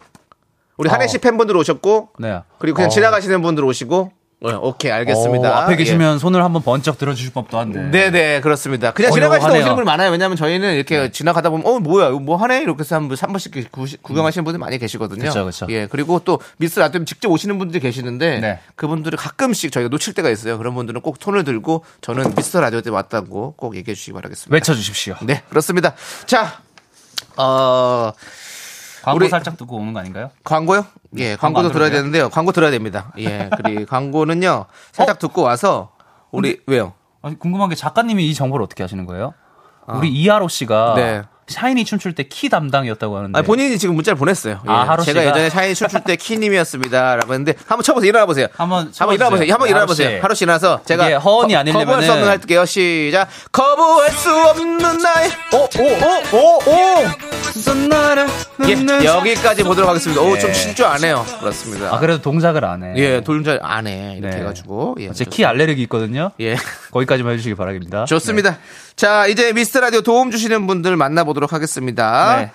A: 우리 한혜 씨 팬분들 오셨고
B: 네.
A: 그리고 그냥
B: 어.
A: 지나가시는 분들 오시고 네, 오케이 알겠습니다.
B: 어, 앞에
A: 예.
B: 계시면 손을 한번 번쩍 들어주실 법도 한데.
A: 네네 그렇습니다. 그냥
B: 어려워
A: 지나가시다
B: 하네요. 네.
A: 오시는 분들 많아요. 왜냐하면 저희는 이렇게 지나가다 보면 어 뭐야 이거 뭐 하네 이렇게 해서 한 번, 한 번씩 구- 구경하시는 분들 많이 계시거든요.
B: 그쵸, 그쵸.
A: 예 그리고 또 미스 라디오 직접 오시는 분들이 계시는데
B: 네.
A: 그분들을 가끔씩 저희가 놓칠 때가 있어요. 그런 분들은 꼭 손을 들고 저는 미스 라디오 때 왔다고 꼭 얘기해 주시기 바라겠습니다.
B: 외쳐주십시오.
A: 네 그렇습니다. 자 어.
B: 광고
A: 우리-
B: 살짝 듣고 오는 거 아닌가요?
A: 광고요? 예, 광고도
B: 네, 광고 안
A: 들어야
B: 들어요?
A: 되는데요. 광고 들어야 됩니다. 예, 그리고 광고는요,
B: 어?
A: 살짝 듣고 와서, 우리, 왜요?
B: 아니, 궁금한 게 작가님이 이 정보를 어떻게 하시는 거예요? 우리 이하로 씨가
A: 아. 네.
B: 샤이니 춤출 때 키 담당이었다고 하는데.
A: 아, 본인이 지금 문자를 보냈어요.
B: 아,
A: 예.
B: 하루
A: 제가
B: 씨가?
A: 예전에 샤이니 춤출 때 키님이었습니다. 라고 했는데, 한번 쳐보세요. 일어나 보세요.
B: 한번 쳐보세요.
A: 한번 일어나 보세요. 한번
B: 네,
A: 일어나
B: 하루 씨.
A: 보세요. 하루 씨 일어나서 제가.
B: 이게 허언이 아니려면은-
A: 거부할 수 없는 날 할게요. 시작. 거부할 수 없는 나의. 오, 오, 오, 오, 오! 예, 여기까지 보도록 하겠습니다. 오, 좀
B: 예.
A: 칠 줄 아네요. 그렇습니다.
B: 아, 그래도 동작을 안 해.
A: 예, 돌림절 안 해. 이렇게
B: 네.
A: 해가지고. 예.
B: 제 키 알레르기 있거든요.
A: 예.
B: 거기까지만 해주시기 바라입니다. 네.
A: 좋습니다. 자, 이제 미스터 라디오 도움 주시는 분들 만나보도록 하겠습니다.
B: 네.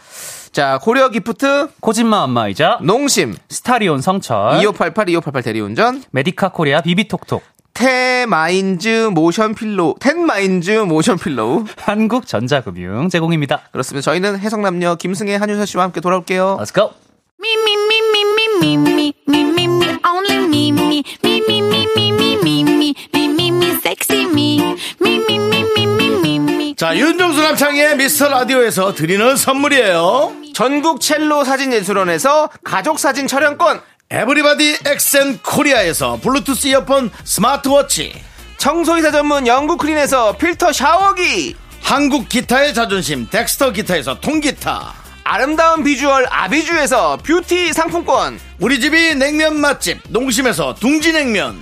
A: 자, 고려 기프트,
B: 코진마 안마이자
A: 농심,
B: 스타리온 성철
A: 2588, 2588 대리운전,
B: 메디카 코리아 비비톡톡
A: 텐마인즈 모션 필로우, 텐마인즈 모션 필로우.
B: 한국전자금융 제공입니다.
A: 그렇습니다. 저희는 해성남녀 김승혜, 한효서 씨와 함께 돌아올게요.
B: Let's go.
C: Me, me, me, me, me, me, me, me, me, me, only me, me, me, me, me, me, me, me, me, me, me, me, sexy me, me, me, me, me, me, me, me.
D: 자, 윤정수 남창의 미스터 라디오에서 드리는 선물이에요.
A: 전국 첼로 사진 예술원에서 가족 사진 촬영권,
D: 에브리바디 엑센 코리아에서 블루투스 이어폰 스마트워치.
A: 청소이사 전문 영국 클린에서 필터 샤워기,
D: 한국 기타의 자존심 덱스터 기타에서 통기타.
A: 아름다운 비주얼 아비주에서 뷰티 상품권,
D: 우리 집이 냉면 맛집 농심에서 둥지냉면.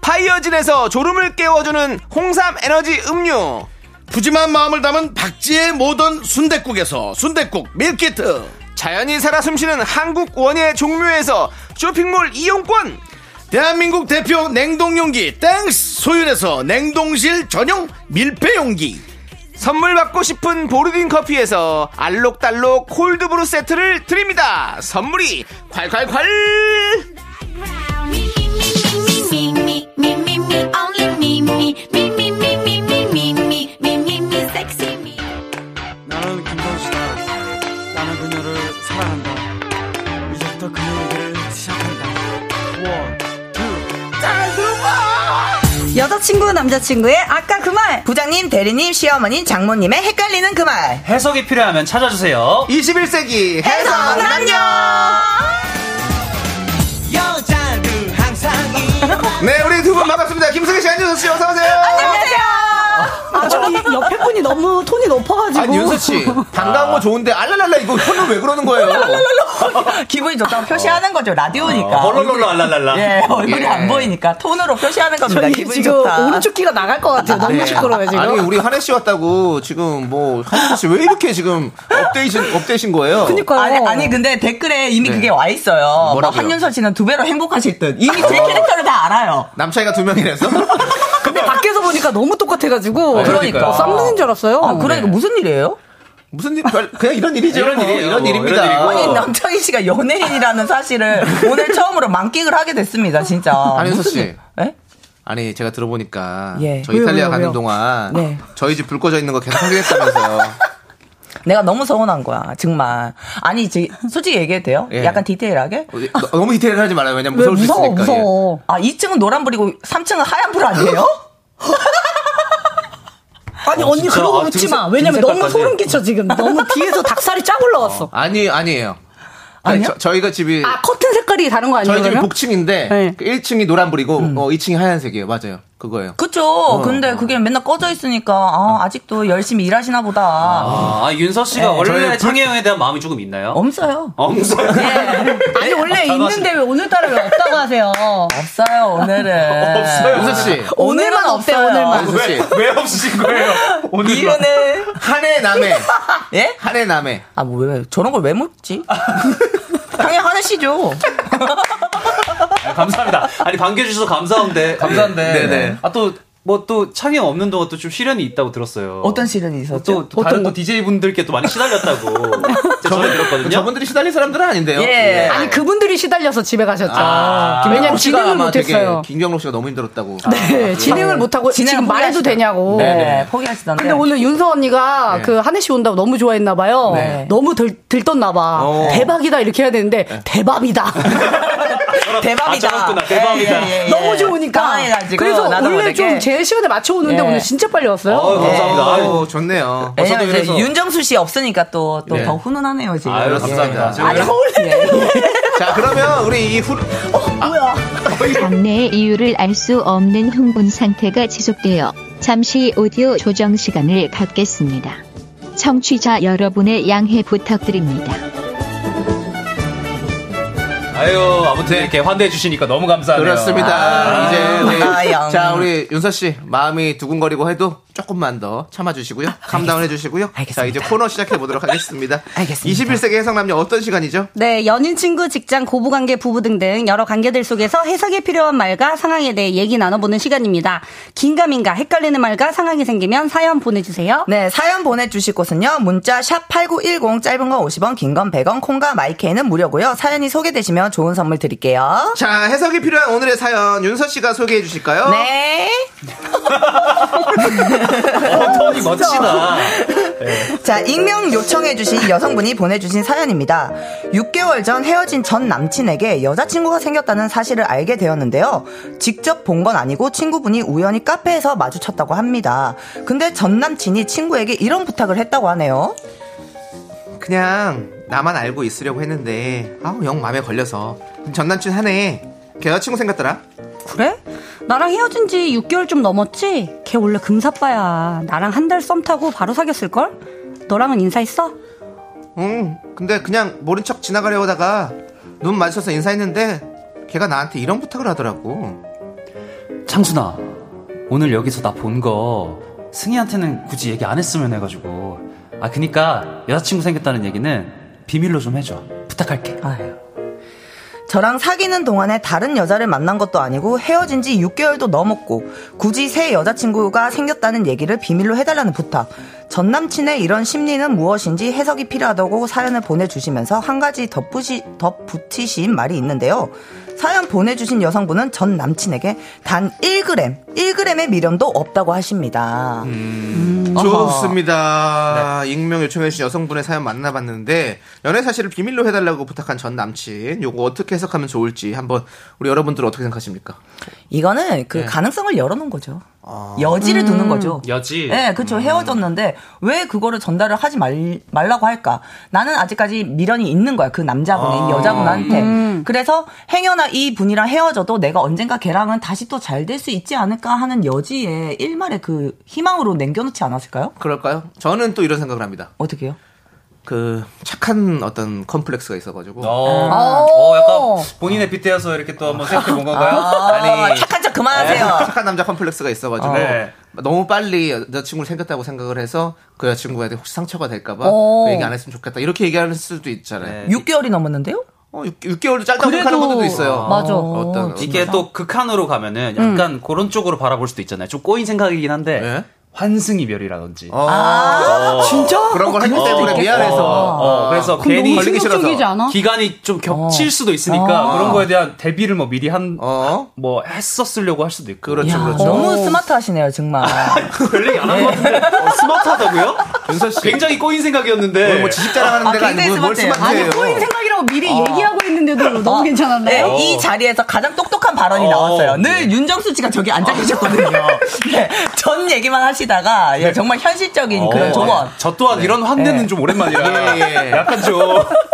A: 파이어진에서 졸음을 깨워주는 홍삼 에너지 음료,
D: 푸짐한 마음을 담은 박지의 모던 순댓국에서 순댓국 밀키트.
A: 자연이 살아 숨쉬는 한국 원예 종묘에서 쇼핑몰 이용권,
D: 대한민국 대표 냉동용기 땡스 소윤에서 냉동실 전용 밀폐용기.
A: 선물 받고 싶은 보르딘 커피에서 알록달록 콜드브루 세트를 드립니다. 선물이 콸콸콸!
C: Me, me, me, me, me, me, me, me, me, only me, me, me, me, me, me, me, me, me, me, me, me, sexy me.
H: 나는 김선수다. 나는 그녀를 사랑한다. 이제부터 그녀에게 시작한다. 원,
I: 여자친구 남자친구의 아까 그 말 부장님 대리님 시어머니 장모님의 헷갈리는 그 말
B: 해석이 필요하면 찾아주세요.
A: 21세기 해성
I: 해성남녀
H: 여자는 항상 이
A: 네, 우리 두 분 반갑습니다. 김승희 씨, 안윤서 씨, 어서오세요!
I: 안녕하세요
J: 아, 저기 옆에 분이 너무 톤이 높아가지고
A: 아니, 윤서 씨. 반가운 거 좋은데, 알랄랄라, 이거 혀는 왜 그러는 거예요?
J: 아,
I: 기분이 좋다고 표시하는 거죠 라디오니까
D: 얼굴로 알랄랄라.
I: 예 얼굴이
A: 아, 예.
I: 안 보이니까 톤으로 표시하는 겁니다
J: 저기
I: 기분이
J: 지금
I: 좋다
J: 오른쪽 귀가 나갈 것 같아요. 너무 시끄러워요 지금.
A: 네. 아니, 우리 한혜 씨 왔다고 지금 뭐, 한혜 씨 왜 이렇게 지금 업데이신, 업데이신 거예요?
J: 그니까요.
I: 어. 아니, 아니 근데 댓글에 이미
A: 네.
I: 그게 와 있어요 뭐
A: 뭐라고요? 어.
I: 한윤서 씨는 두 배로 행복하실 듯 이미 제 캐릭터를 다 알아요
A: 남차이가 두 명이라서?
J: 근데 밖에서 보니까 너무 똑같아가지고.
A: 그러니까요.
J: 어, 썸네인 줄 알았어요.
I: 아, 그러니까 무슨 일이에요?
A: 무슨 일, 별- 그냥 이런 일이죠.
B: 이런 일이에요. 뭐,
A: 입니다 어.
B: 이런 일이고.
I: 아니 남창희 씨가 연예인이라는 사실을 오늘 처음으로 만끽을 하게 됐습니다 진짜
A: 한윤서
I: 무슨-
A: 씨.
I: 예?
A: 아니 제가 들어보니까
I: 예.
A: 저
I: 왜요,
A: 이탈리아
I: 왜요,
A: 가는
I: 왜요?
A: 동안
I: 네.
A: 저희 집 불 꺼져 있는 거 계속 확인했다면서요.
I: 내가 너무 서운한 거야 정말 아니 지- 솔직히 얘기해도 돼요?
A: 예.
I: 약간 디테일하게?
A: 어디- 너- 너무 디테일을 하지 말아요. 왜냐면
J: 왜
A: 무서울 수
J: 무서워
A: 있으니까. 예.
J: 무서워.
I: 아 2층은 노란불이고 3층은 하얀불 아니에요?
J: 아니 언니
B: 진짜?
J: 그러고
B: 아,
J: 웃지
B: 등색-
J: 마. 왜냐면 너무
B: 등색까지.
J: 소름 끼쳐 지금. 너무 뒤에서 닭살이 쫙 올라왔어.
A: 아니 아니에요. 아니,
I: 아니요?
A: 저, 저희가 집이
J: 아 커튼 색깔이 다른 거 아니에요?
A: 저희 집이
J: 그러면?
A: 복층인데
J: 네. 음.
A: 1층이 노란불이고 어, 2층이 하얀색이에요. 맞아요. 그거예요.
I: 그쵸
A: 어.
I: 근데 그게 맨날 꺼져 있으니까 아, 직도 열심히 일하시나 보다
B: 아, 윤서 씨가 원래
A: 네, 저희
B: 창혜영에 대한 마음이 조금 있나요?
I: 없어요
B: 엄청.
J: 아니 원래 있는데 왜 오늘따라 왜 없다고 하세요?
I: 없어요 오늘은
A: 윤서 씨.
I: 오늘만 없대 오늘만
A: 윤서 씨.
B: 왜 없으신 거예요?
I: 이유는
A: 한해 남해.
I: 예?
A: 한해 남해.
I: 아 뭐 왜 저런 걸 왜 묻지? 당연히 하나씨죠
B: 아, 감사합니다. 아니 반겨주셔서 감사한데 감사한데.
A: 네, 네네.
B: 아또 뭐 또 창영 없는 동안 또 좀 시련이 있다고 들었어요.
I: 어떤 시련이 있었죠?
B: 또, 또 다른 또 DJ 분들께 또 많이 시달렸다고 저는 들었거든요.
A: 그 저분들이 시달린 사람들은 아닌데요. 네.
I: 예.
J: 아니 그분들이 시달려서 집에 가셨죠.
A: 아,
J: 왜냐면
A: 김경록 씨가
J: 진행을
A: 아마 되게-
J: 못했어요.
A: 김경록 씨가 너무 힘들었다고.
J: 네, 진행을 못하고
I: 진행을
J: 지금 말해도
I: 포기하시다-
J: 되냐고. 예,
I: 네,
A: 네네.
I: 포기하시던데.
J: 근데 오늘 윤서 언니가
A: 네.
J: 그 한혜 씨 온다고 너무 좋아했나 봐요.
I: 네.
J: 너무 들, 들떴나 봐.
A: 어.
J: 대박이다 이렇게 해야 되는데 대박이다.
I: 대박이다. 네.
B: 아, 저렇구나.
J: 예,
B: 대박이다.
J: 너무 좋으니까.
I: 당황해가지고
J: 그래서
I: 나도
J: 원래
I: 모르게.
J: 좀 제 시간에 맞춰 오는데
I: 예.
J: 오늘 진짜 빨리 왔어요.
B: 어, 감사합니다. 아유,
A: 네. 오, 좋네요.
I: 왜냐면
B: 저도
I: 이제
B: 그래서-
I: 윤정수 씨 없으니까 또 또 더
A: 네.
I: 훈훈하네요 지금.
B: 아유, 감사합니다.
I: 예. 아니 원래
A: 자, 그러면 우리 이 후,
C: 장래의 이유를 알 수 없는 흥분 상태가 지속되어 잠시 오디오 조정 시간을 갖겠습니다. 청취자 여러분의 양해 부탁드립니다.
B: 아유 아무튼 이렇게 환대해 주시니까 그러니까 너무 감사하네요.
A: 그렇습니다.
I: 아,
A: 이제 우리
I: 아, 양.
A: 자 우리 윤서 씨 마음이 두근거리고 해도 조금만 더 참아주시고요. 감다운 해주시고요. 자, 이제 코너 시작해보도록 하겠습니다. 알겠습니다. 21세기 해성남녀 어떤 시간이죠?
K: 네, 연인, 친구, 직장, 고부관계, 부부 등등 여러 관계들 속에서 해석이 필요한 말과 상황에 대해 얘기 나눠보는 시간입니다. 긴가민가 헷갈리는 말과 상황이 생기면 사연 보내주세요.
I: 네, 사연 보내주실 곳은요. 문자 샵 8910 짧은 건 50원, 긴 건 100원, 콩과 마이케이는 무료고요. 사연이 소개되시면 좋은 선물 드릴게요.
A: 자, 해석이 필요한 오늘의 사연 윤서 씨가 소개해 주실까요?
I: 네.
B: 어, 톤이 멋지다.
I: 자, 익명 요청해주신 여성분이 보내주신 사연입니다. 6개월 전 헤어진 전 남친에게 여자친구가 생겼다는 사실을 알게 되었는데요. 직접 본 건 아니고 친구분이 우연히 카페에서 마주쳤다고 합니다. 근데 전 남친이 친구에게 이런 부탁을 했다고 하네요.
A: 그냥 나만 알고 있으려고 했는데 아우 영 마음에 걸려서 전 남친 하네. 걔 여자친구 생겼더라.
K: 그래? 나랑 헤어진 지 6개월 좀 넘었지? 걔 원래 금사빠야. 나랑 한 달 썸 타고 바로 사귀었을걸? 너랑은 인사했어?
A: 응. 근데 그냥 모른 척 지나가려 하다가 눈 마주쳐서 인사했는데 걔가 나한테 이런 부탁을 하더라고.
B: 창순아, 오늘 여기서 나 본 거 승희한테는 굳이 얘기 안 했으면 해가지고. 아, 그니까 여자친구 생겼다는 얘기는 비밀로 좀 해줘. 부탁할게.
I: 저랑 사귀는 동안에 다른 여자를 만난 것도 아니고 헤어진 지 6개월도 넘었고 굳이 새 여자친구가 생겼다는 얘기를 비밀로 해달라는 부탁. 전 남친의 이런 심리는 무엇인지 해석이 필요하다고 사연을 보내주시면서 한 가지 덧붙이, 덧붙이신 말이 있는데요. 사연 보내주신 여성분은 전 남친에게 단 1g, 1g의 미련도 없다고 하십니다. 음.
A: 좋습니다. 익명 요청해주신 여성분의 사연 만나봤는데 연애 사실을 비밀로 해달라고 부탁한 전 남친 요거 어떻게 해석하면 좋을지 한번 우리 여러분들은 어떻게 생각하십니까?
I: 이거는 그
A: 네. 아.
I: 가능성을 열어놓은 거죠. 여지를 두는 거죠.
K: 예.
B: 여지.
I: 네, 그렇죠. 헤어졌는데 왜 그거를 전달을 하지 말, 말라고 할까? 나는 아직까지 미련이 있는 거야. 그 남자분이
K: 아.
I: 여자분한테.
K: 음.
I: 그래서 행여나 이 분이랑 헤어져도 내가 언젠가 걔랑은 다시 또 잘 될 수 있지 않을까 하는 여지에 일말의 그 희망으로 남겨놓지 않았을까요?
A: 그럴까요? 저는 또 이런 생각을 합니다.
I: 어떻게요?
A: 그 착한 어떤 컴플렉스가 있어가지고.
B: 어, 어, 약간 본인의 빗대어서 이렇게 또 한번 생각해 본 건가요?
I: 아, 착한 척 그만하세요.
A: 착한 남자 컴플렉스가 있어가지고
B: 어. 네.
A: 너무 빨리 여자친구 생겼다고 생각을 해서 그 여자친구한테 혹시 상처가 될까봐
I: 어.
A: 그 얘기 안 했으면 좋겠다 이렇게 얘기하는 수도
K: 네.
A: 있잖아요.
I: 6개월이 넘었는데요?
A: 어, 6, 개월도 짧다고 생각하는 분들도 있어요. 어떤
B: 이게 또 극한으로 가면은 약간 그런 쪽으로 바라볼 수도 있잖아요. 좀 꼬인 생각이긴 한데
A: 네.
B: 환승이별이라든지.
A: 아, 진짜? 어. 그런 걸 했기 때문에 미안해서.
B: 어, 그래서
A: 그럼
B: 괜히
A: 너무 걸리기 싫어서. 충격적이지 않아?
B: 기간이 좀 겹칠 수도 있으니까
A: 어.
B: 그런 거에 대한 대비를 뭐 미리 한 뭐 했었으려고 할 수도 있고.
A: 그렇죠,
I: 야,
K: 그렇죠.
I: 너무 스마트하시네요, 정말.
B: 별얘기 안 한 것 같은데 어, 스마트하다고요? 윤서 씨 굉장히 꼬인 생각이었는데
A: 오늘 뭐 지식 자랑하는
B: 아,
A: 데가
B: 굉장히
A: 아니고 뭘
B: 스마트해요.
A: 스마트해요.
B: 아니, 꼬인
K: 생각이라고 미리
B: 어.
K: 얘기하고 있는데도 너무 괜찮았나요?
A: 어.
I: 네, 이 자리에서 가장 똑똑한 발언이
A: 아,
I: 나왔어요.
A: 네.
I: 늘 윤정수 씨가 저기 앉아 계셨거든요. 네, 전 얘기만 하시다가
A: 네.
I: 예, 정말 현실적인
A: 어.
I: 그런 조언.
B: 저 또한 이런 환대는 좀 오랜만이라 약간 좀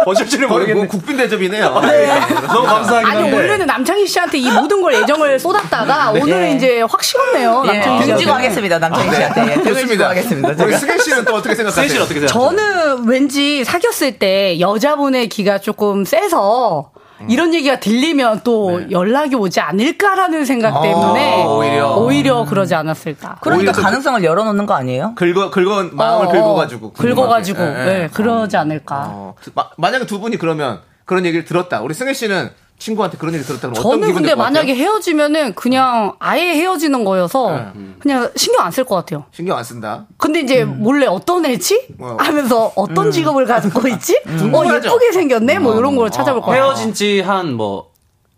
B: 어쩔지는
A: 거의 뭐
B: 모르겠네.
A: 국빈 대접이네요.
B: 네. 너무 감사하긴
J: 아니
B: 한데.
J: 원래는 남창희 씨한테 이 모든 걸 애정을 쏟았다가
B: 네.
J: 오늘은
B: 예.
J: 이제 확 식었네요.
I: 예,
J: 남창희
I: 등지고
J: 씨한테는.
I: 하겠습니다, 남창희 씨한테. 예, 등을 지고 하겠습니다.
A: 우리
I: 제가.
A: 승혜 씨는 또 어떻게 생각하세요?
B: 승혜 씨는 어떻게
J: 저는 왠지 사귀었을 때 여자분의 기가 조금 세서 이런 얘기가 들리면 또 연락이 오지 않을까라는 생각 때문에
I: 어, 오히려.
J: 오히려 그러지 않았을까.
I: 그러니까 가능성을 열어놓는 거 아니에요?
A: 긁어, 긁어, 마음을
J: 어, 어.
A: 긁어가지고.
J: 긁어가지고
A: 궁금하게. 예, 예.
J: 네, 그러지 않을까.
A: 마- 만약에 두 분이 그러면 그런 얘기를 들었다. 우리 승혜 씨는 친구한테 그런 얘기 들었다면 어떤
J: 저는
A: 기분
J: 근데
A: 들것
J: 만약에
A: 같아요?
J: 헤어지면은 그냥 아예 헤어지는 거여서 그냥 신경 안 쓸 것 같아요.
A: 신경 안 쓴다.
J: 근데 이제 몰래 어떤 애지?
A: 뭐.
J: 하면서 어떤 직업을 가지고 있지? 어,
B: 궁금하죠? 음.
J: 예쁘게 생겼네? 뭐 이런 걸 찾아볼 것 같아요.
B: 헤어진 지 한 뭐,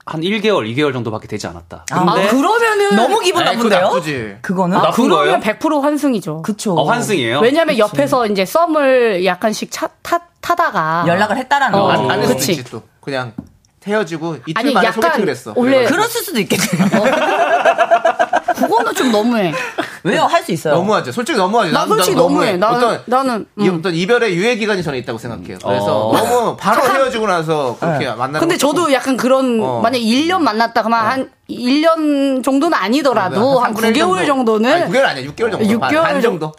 B: 한 1개월, 2개월 정도밖에 되지 않았다.
J: 아, 그러면은
B: 에이, 그거 나쁘지.
J: 아,
B: 나쁜
J: 그러면
B: 거예요?
J: 100% 환승이죠.
I: 그쵸.
B: 어, 환승이에요?
J: 왜냐면 옆에서 이제 썸을 약간씩 차, 타,
I: 아.
J: 타다가
A: 어,
J: 어,
A: 안, 안 했을 수도
J: 그치.
A: 있지 또. 그냥 헤어지고 이틀
J: 아니,
A: 만에
J: 약간
A: 소개팅을 했어.
J: 원래-
I: 그랬을 수도 있겠네.
J: 그거는 좀 너무해.
I: 왜요? 할 수 있어요.
A: 너무하죠. 솔직히 너무하죠.
J: 네. 나
A: 난-
J: 솔직히
A: 난
J: 너무해. 나는- 음.
A: 어떤,
J: 나는,
A: 이 어떤 이별의 유예 기간이 저는 있다고 생각해요. 그래서
B: 어.
A: 너무 바로 헤어지고 나서
I: 네.
A: 그렇게 만나는.
J: 근데
A: 것도
J: 저도
A: 조금-
J: 약간 그런
A: 어.
J: 만약 1년 만났다 그러면 한 1년 정도는 아니더라도 한
A: 삼분의 일
J: 9개월 정도. 는
A: 아니, 9개월 아니야. 6개월 정도. 반-
J: 6개월
A: 반 정도.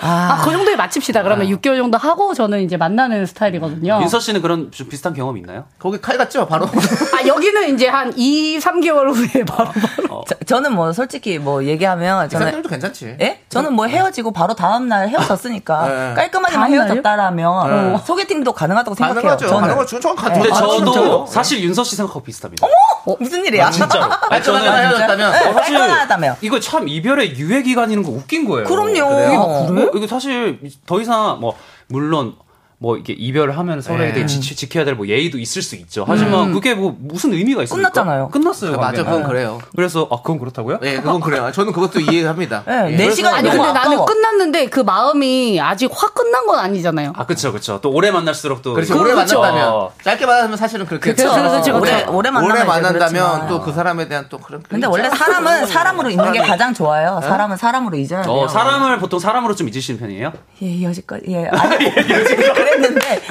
J: 아, 그 정도에 마칩시다. 그러면 6개월 정도 하고 저는 이제 만나는 스타일이거든요.
B: 윤서 씨는 그런 좀 비슷한 경험 이 있나요?
A: 거기 칼 같죠, 바로.
J: 아, 여기는 이제 한 2, 3개월 후에 바로.
I: 저, 는뭐 솔직히 뭐 얘기하면 저는
A: 사람들도 괜찮지.
I: 예? 저는 뭐 헤어지고 바로 다음 날 헤어졌으니까
A: 네. 다음
I: 깔끔하게만
A: 날요?
I: 헤어졌다라면
B: 네.
I: 어, 소개팅도 가능하다고 생각해요.
A: 가능하죠.
I: 저는.
A: 가능하죠. 저는 가-
B: 근데
I: 아, 진짜요?
B: 저도 사실 윤서 씨 생각하고 비슷합니다.
I: 어? 무슨 일이야? 네.
B: 아, 진짜로. 아니, 저는
I: 깔끔하게
B: 진짜-
I: 헤어졌다면?
B: 어, 사실
I: 깔끔하다며.
B: 이거 참 이별의 유예 기간이라는 거 웃긴 거예요.
I: 그럼요. 어,
B: 이게 뭐
I: 그래요?
B: 그래? 이거 사실 더 이상 뭐 물론 뭐 이게 이별을 하면 서로에 대해
A: 네.
B: 지, 지켜야 될 뭐 예의도 있을 수 있죠. 하지만
A: 음.
B: 그게 뭐 무슨 의미가 있습니까?
A: 끝났잖아요.
B: 끝났어요.
A: 그 맞아,
B: 관계는.
A: 그건 그래요.
B: 그래서 아 그건 그렇다고요?
A: 예, 그건 그래요. 저는 그것도 이해합니다.
B: 네,
A: 예.
J: 아니, 근데 나는 끝났는데 그 마음이 아직 확 끝난 건 아니잖아요.
B: 아 그쵸 그쵸. 또 오래 만날수록 또
A: 그렇죠. 오래
B: 그렇죠.
A: 만났다면 짧게 만났으면 사실은 그렇게
I: 그쵸, 그쵸, 그쵸.
A: 오래
I: 오래- 오래 만나면 음. 이제
A: 만난다면
I: 그렇지만.
A: 또 그 사람에 대한 또 그런
I: 근데 원래 사람은 사람으로 있는 게
A: 사람이-
I: 가장
A: 네?
I: 좋아요. 사람은 사람으로 잊어야 돼요.
B: 어 사람을 보통 사람으로 좀 잊으시는 편이에요?
I: 예, 여지껏 예. 아니 그랬는데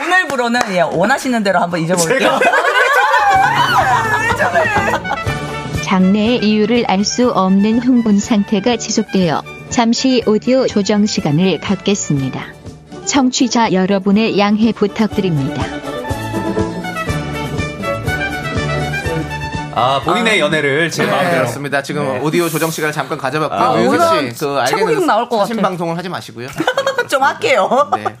I: 오늘부로는 예, 원하시는 대로 한번 잊어볼게요.
L: 장래의 이유를 알 수 없는 흥분 상태가 지속되어 잠시 오디오 조정 시간을 갖겠습니다. 청취자 여러분의 양해 부탁드립니다.
B: 아 본인의 연애를 제
A: 네,
B: 마음대로.
A: 그렇습니다. 지금 오디오 조정 시간을 잠깐 가져봤고요.
B: 아,
A: 윤서
B: 오늘은
A: 씨, 그 알겠는
I: 차고객 나올 것
A: 사신
I: 같아.
A: 방송을 하지 마시고요.
I: 좀 할게요.
A: 네.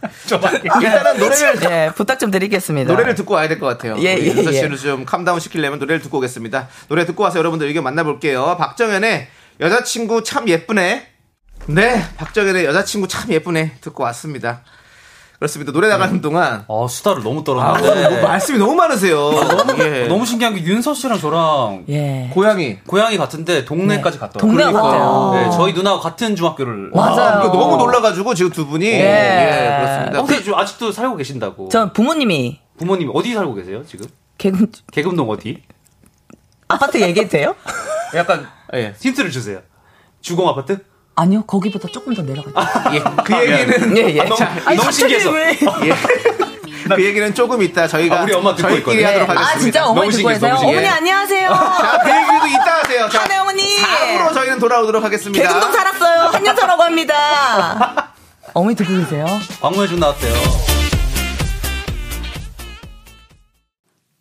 A: 일단은 노래를
I: 예, 부탁 좀 드리겠습니다.
A: 노래를 듣고 와야 될 것 같아요.
I: 예,
A: 우리
I: 예,
A: 윤서
I: 예.
A: 씨를 좀 캄다운 시키려면 노래를 듣고 오겠습니다. 노래 듣고 와서 여러분들 의견 만나볼게요. 박정현의 여자친구 참 예쁘네. 네, 박정현의 여자친구 참 예쁘네 듣고 왔습니다. 그렇습니다. 노래
I: 네.
A: 나가는 동안
B: 아 수다를 너무
A: 아, 뭐
B: 떨었는데.
A: 말씀이 너무 많으세요. 예.
B: 너무, 예. 너무 신기한 게 윤서 씨랑 저랑
I: 예.
A: 고양이
B: 고양이 같은데 동네까지 갔더라고요.
A: 동네가 같아요.
B: 네, 저희 누나하고 같은 중학교를
A: 아, 이거
I: 어.
A: 너무 놀라가지고 지금 두 분이
B: 예.
A: 예, 그렇습니다.
B: 혹시 지금 아직도 살고 계신다고?
I: 네. 전 부모님이
B: 부모님 어디 살고 계세요 지금?
I: 개금
B: 계금동 어디?
I: 아파트 얘기해도 돼요?
B: 약간 예, 힌트를 주세요. 주공 아파트?
I: 아니요, 거기보다 조금 더 내려가죠.
A: 그 얘기는
I: 예, 예.
A: 아, 너무,
I: 자, 아니,
A: 너무
I: 갑자기
A: 신기해서
I: 왜-
A: 예. 그 얘기는 조금 이따 저희가
B: 아, 우리 엄마 듣고
A: 저희끼리
B: 있거든요.
A: 하도록
B: 네. 아,
A: 하겠습니다.
I: 진짜 어머니 듣고 계세요? 어머니 안녕하세요.
A: 자, 그 얘기도 이따 하세요. 자,
I: 한혜 어머니.
A: 4부로 저희는 돌아오도록 하겠습니다.
I: 개금동 네, 살았어요. 한여자라고 합니다. 어머니 듣고 계세요?
B: 광고에 좀 나왔대요.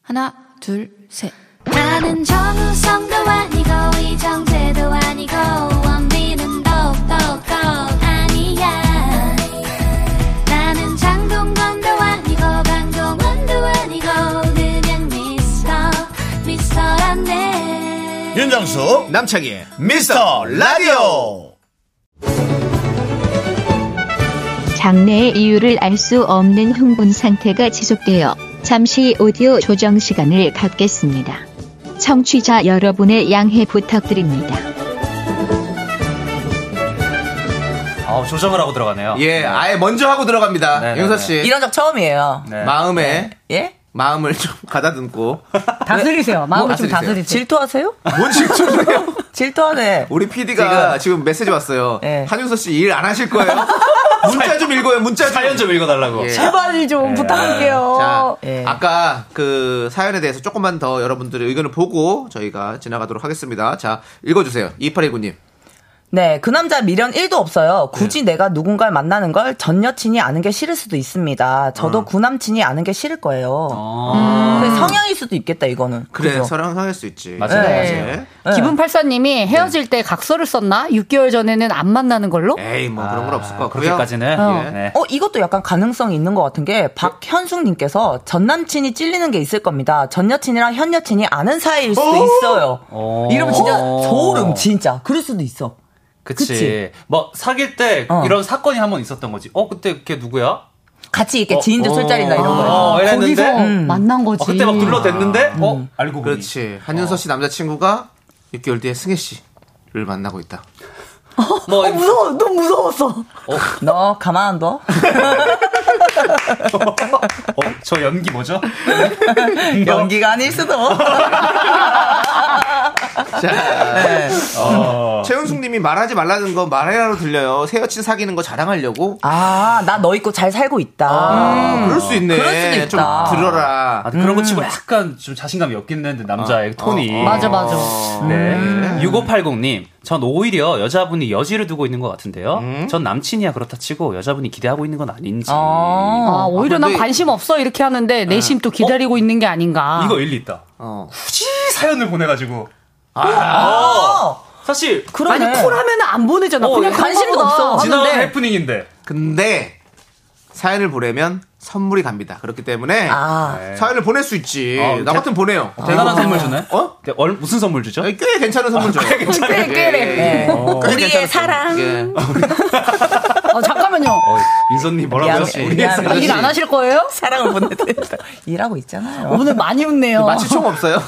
C: 하나, 둘, 셋. 나는 정우성도 아니고, 이정재도 아니고, 원빈은 더욱더 아니야. 나는 장동건도 아니고, 강동원도 아니고, 그냥 미스터, 미스터란데.
D: 윤정수 남창희 미스터 라디오
L: 장래의 이유를 알 수 없는 흥분 상태가 지속되어 잠시 오디오 조정 시간을 갖겠습니다. 청취자 여러분의 양해 부탁드립니다.
B: 아 조정을 하고 들어가네요.
A: 예, 아예 먼저 하고 들어갑니다.
B: 네,
A: 윤서 씨.
I: 네.
A: 네.
I: 이런 적 처음이에요.
A: 마음에
I: 예?
A: 마음을 좀 가다듬고
I: 다스리세요.
A: 마음을 좀뭐 다스리세요.
I: 질투하세요?
A: 뭔 질투예요?
I: 질투하네.
A: 우리 PD가 지금, 메시지 왔어요.
J: 네.
A: 한윤서 씨 일 안 하실 거예요? 문자 좀 읽어요. 문자 좀. 사연
B: 좀 읽어달라고.
J: 제발 좀
B: 예.
J: 부탁할게요. 예.
A: 자, 아까 그 사연에 대해서 조금만 더 여러분들의 의견을 보고 저희가 지나가도록 하겠습니다. 자, 읽어주세요. 2819님.
I: 네, 그 남자 미련 1도 없어요. 굳이
A: 네.
I: 내가 누군가를 만나는 걸 전 여친이 아는 게 싫을 수도 있습니다. 저도
A: 어.
I: 구 남친이 아는 게 싫을 거예요. 근데 성향일 수도 있겠다, 이거는.
A: 그래,
I: 그죠?
A: 사랑할 수 있지.
I: 맞아요,
A: 네.
J: 기분 팔사님이 헤어질 때 각서를 썼나? 6개월 전에는 안 만나는 걸로?
B: 예.
A: 에이, 뭐 그런 건 없을 것 같고요.
B: 아,
A: 예. 네.
B: 그렇게까지는.
J: 예.
B: 네.
I: 어. 어, 이것도 약간 가능성이 있는 것 같은 게, 박현숙님께서 전 남친이 찔리는 게 있을 겁니다. 전 여친이랑 현 여친이 아는 사이일 수도
B: 오!
I: 있어요.
B: 오.
I: 이러면 진짜
B: 어.
I: 소름, 진짜. 그럴 수도 있어.
B: 그치.
I: 그치? 어.
B: 뭐 사귈 때 이런 사건이 한 번 있었던 거지. 어 그때 걔 누구야?
I: 같이 이렇게 그 지인들
B: 어.
I: 술자리나 이런
B: 어,
I: 거에서.
B: 이랬는데?
I: 거기서
B: 음.
J: 만난 거지.
B: 어, 그때 막
I: 아,
B: 둘러댔는데 어
I: 음.
B: 알고 보니. 어.
A: 그렇지. 한윤서 씨 남자친구가 6개월 뒤에 승혜 씨를 만나고 있다.
J: 어,
B: 뭐
I: 어, 무서워, 너무 무서웠어. 너 가만 안 둬.
B: 어, 저
I: 어.
B: 연기 뭐죠?
J: 어,
I: 연기가 아닐 수도.
A: 자,
I: 네.
A: 어. 최은숙님이 말하지 말라는 거 말해라로 들려요. 새 여친 사귀는 거 자랑하려고.
I: 아, 나 너 있고 잘 살고 있다.
A: 아, 그럴 수 있네.
I: 그럴 수도 있다. 음.
A: 좀 들어라. 음.
B: 아, 그런 거 치고 약간 좀 자신감이 없긴 했는데 남자의 톤이
M: 어. 맞아, 맞아.
B: 네. 6580님 전 오히려 여자분이 여지를 두고 있는 것 같은데요
A: 음?
B: 전 남친이야 그렇다 치고 여자분이 기대하고 있는 건 어. 아닌지
J: 아, 오히려 난
B: 근데 예. 어?
J: 관심 없어 이렇게 하는데 내심 또 기다리고 있는 게 아닌가.
B: 이거 일리 있다
A: 어.
B: 굳이 사연을 보내가지고 아, 사실 어, 예.
J: 아니 콜하면 안 보내잖아. 그냥 관심도 없어.
A: 지나온
J: 하는데.
B: 해프닝인데.
A: 근데 사연을 보내면 선물이 갑니다. 그렇기 때문에
J: 아.
A: 네. 사연을 보낼 수 있지.
B: 어,
A: 나
B: 대-
A: 같으면 보내요.
B: 대단한 선물 주네.
A: 어?
B: 무슨 선물 주죠?
A: 꽤 괜찮은 선물 줘요.
B: 꽤 아, 괜찮은
A: 꽤, 꽤,
B: 네.
A: 꽤.
I: 예.
B: 그러니까
A: 어. 꽤 괜찮은
J: 사랑.
A: 예.
J: 어, 잠깐만요.
B: 민선님 뭐라고
I: 미안해,
B: 하셨어요?
I: 미안해.
J: 일 안 하실 거예요?
I: 사랑을 보내드린다. 일하고 있잖아요.
J: 오늘 많이 웃네요.
A: 마취총 없어요?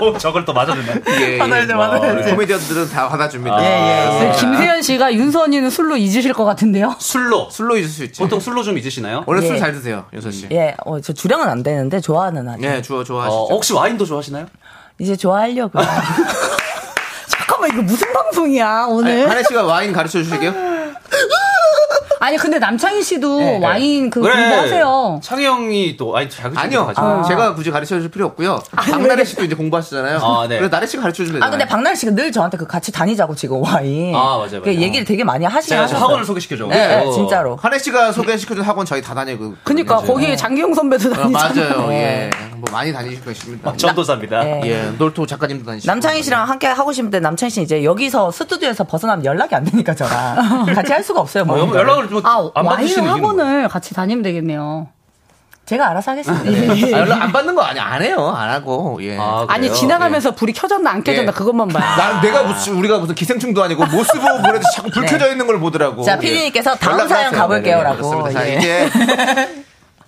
B: 어, 저걸 또 맞아주네.
A: 예, 예.
J: 화날 때, 화날
A: 어,
J: 때.
A: 코미디언들은 다 받아줍니다.
J: 근데 예, 네, 김세현 씨가 윤선이는 술로 잊으실 것 같은데요?
B: 술로
A: 술로 잊을 수 있지.
B: 보통 술로 좀 잊으시나요?
A: 원래 술
I: 예.
A: 잘 드세요, 여섯 씨.
I: 예, 어, 저 주량은 안 되는데 좋아하는 아주.
A: 예, 좋아 좋아하시죠.
B: 어, 혹시 와인도 좋아하시나요?
I: 이제 좋아하려고.
J: 잠깐만 이거 무슨 방송이야 오늘?
A: 한혜 씨가 와인 가르쳐 주실게요.
J: 아니 근데 남창희 씨도
B: 네.
J: 와인 그
B: 그래.
J: 공부하세요.
B: 창희 형이 또 아니 자기
A: 아니요,
B: 가지고.
A: 제가 굳이 가르쳐 줄 필요 없고요.
J: 아,
A: 박나래 씨도 이제 공부하시잖아요.
B: 아, 네.
A: 그래서 나래 씨가 가르쳐 주면 되잖아요.
I: 아, 근데 박나래 씨가 늘 저한테 그 같이 다니자고 지금 와인.
A: 아, 맞아요, 맞아요.
I: 그 얘기를 되게 많이 하시긴
A: 제가
I: 하셨어요.
A: 학원을 소개시켜줘요.
I: 네,
A: 어.
I: 진짜로.
A: 한혜 씨가 소개시켜준 학원 저희 다 다니고.
J: 그니까
A: 그러죠. 네.
J: 거기에 장기용 선배도
A: 어,
J: 다니잖아요.
I: 네.
J: 네.
A: 맞아요. 예. 뭐 많이 다니실 것입니다.
B: 전도사입니다.
I: 예.
A: 예. 놀토 작가님도 다니시고.
I: 남창희 씨랑 함께 하고 싶은데 남창희 씨 이제 여기서 스튜디오에서 벗어나면 연락이 안 되니까 저랑 같이 할 수가 없어요. 뭐.
B: 어, 연락을 좀
J: 아,
B: 안
J: 와인
B: 받으시는 이유는
J: 학원을 같이 다니면 되겠네요.
I: 제가 알아서 하겠습니다.
B: 네.
N: 예,
A: 아, 연락 안 받는 거 아니 안 해요. 안 하고. 예.
J: 네. 아니 지나가면서 불이 켜졌나 안 켜졌나
A: 예.
J: 그것만 봐요.
A: 난 내가 무슨 우리가 무슨 기생충도 아니고 모습 보고 그래도 자꾸 불
J: 네.
A: 켜져 있는 걸 보더라고. 예.
I: 자, 피디님께서 다음 사연 가볼게요라고.
A: 네, 자,
I: 예.
A: 이제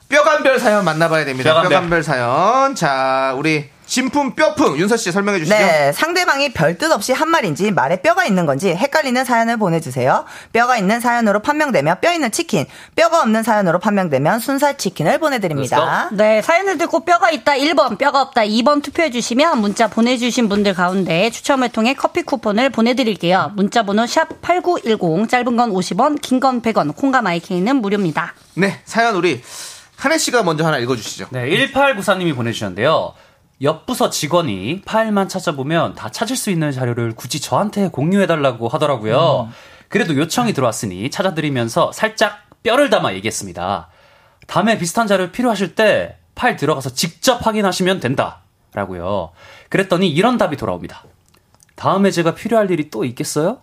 A: 뼈간별 사연 만나봐야 됩니다. 뼈간별.
I: 뼈간별.
A: 사연. 자, 우리 진품 뼈풍 윤서 씨 설명해 주시죠.
I: 네, 상대방이 별뜻 없이 한 말인지 말에 뼈가 있는 건지 헷갈리는 사연을 보내주세요. 뼈가 있는 사연으로 판명되면 뼈 있는 치킨, 뼈가 없는 사연으로 판명되면 순살 치킨을 보내드립니다.
B: 그렇죠?
N: 네, 사연을 듣고 뼈가 있다 1번, 뼈가 없다 2번 투표해 주시면 문자 보내 주신 분들 가운데 추첨을 통해 커피 쿠폰을 보내 드릴게요. 문자 번호 샵 8910 짧은 건 50원, 긴 건 100원. 콩과 마이케이는 무료입니다.
A: 네, 사연 우리 한혜 씨가 먼저 하나 읽어 주시죠.
B: 네, 1894님이 보내주셨는데요. 옆부서 직원이 파일만 찾아보면 다 찾을 수 있는 자료를 굳이 저한테 공유해달라고 하더라고요.
A: 음.
B: 그래도 요청이 들어왔으니 찾아드리면서 살짝 뼈를 담아 얘기했습니다. 다음에 비슷한 자료 필요하실 때 파일 들어가서 직접 확인하시면 된다. 라고요. 그랬더니 이런 답이 돌아옵니다. 다음에 제가 필요할 일이 또 있겠어요?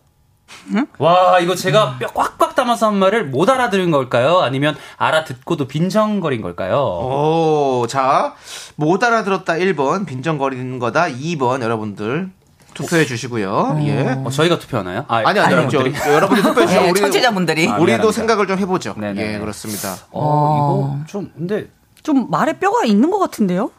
B: 와, 이거 제가 뼈 꽉꽉 담아서 한 말을 못 알아들은 걸까요? 아니면 알아듣고도 빈정거린 걸까요?
A: 오, 자, 못 알아들었다 1번, 빈정거리는 거다 2번 여러분들 투표해 주시고요.
I: 음.
A: 예.
B: 어, 저희가 투표하나요? 아,
A: 아니, 아니, 아니, 저,
B: 여러분들이?
A: 저 여러분이 투표해 주시고
B: 예,
A: 우리
I: 네, 청취자분들이.
B: 아,
A: 우리도
B: 미안합니다.
A: 생각을 좀 해보죠.
B: 네네네.
A: 예, 그렇습니다.
B: 어, 이거 좀 근데
J: 좀 말에 뼈가 있는 것 같은데요?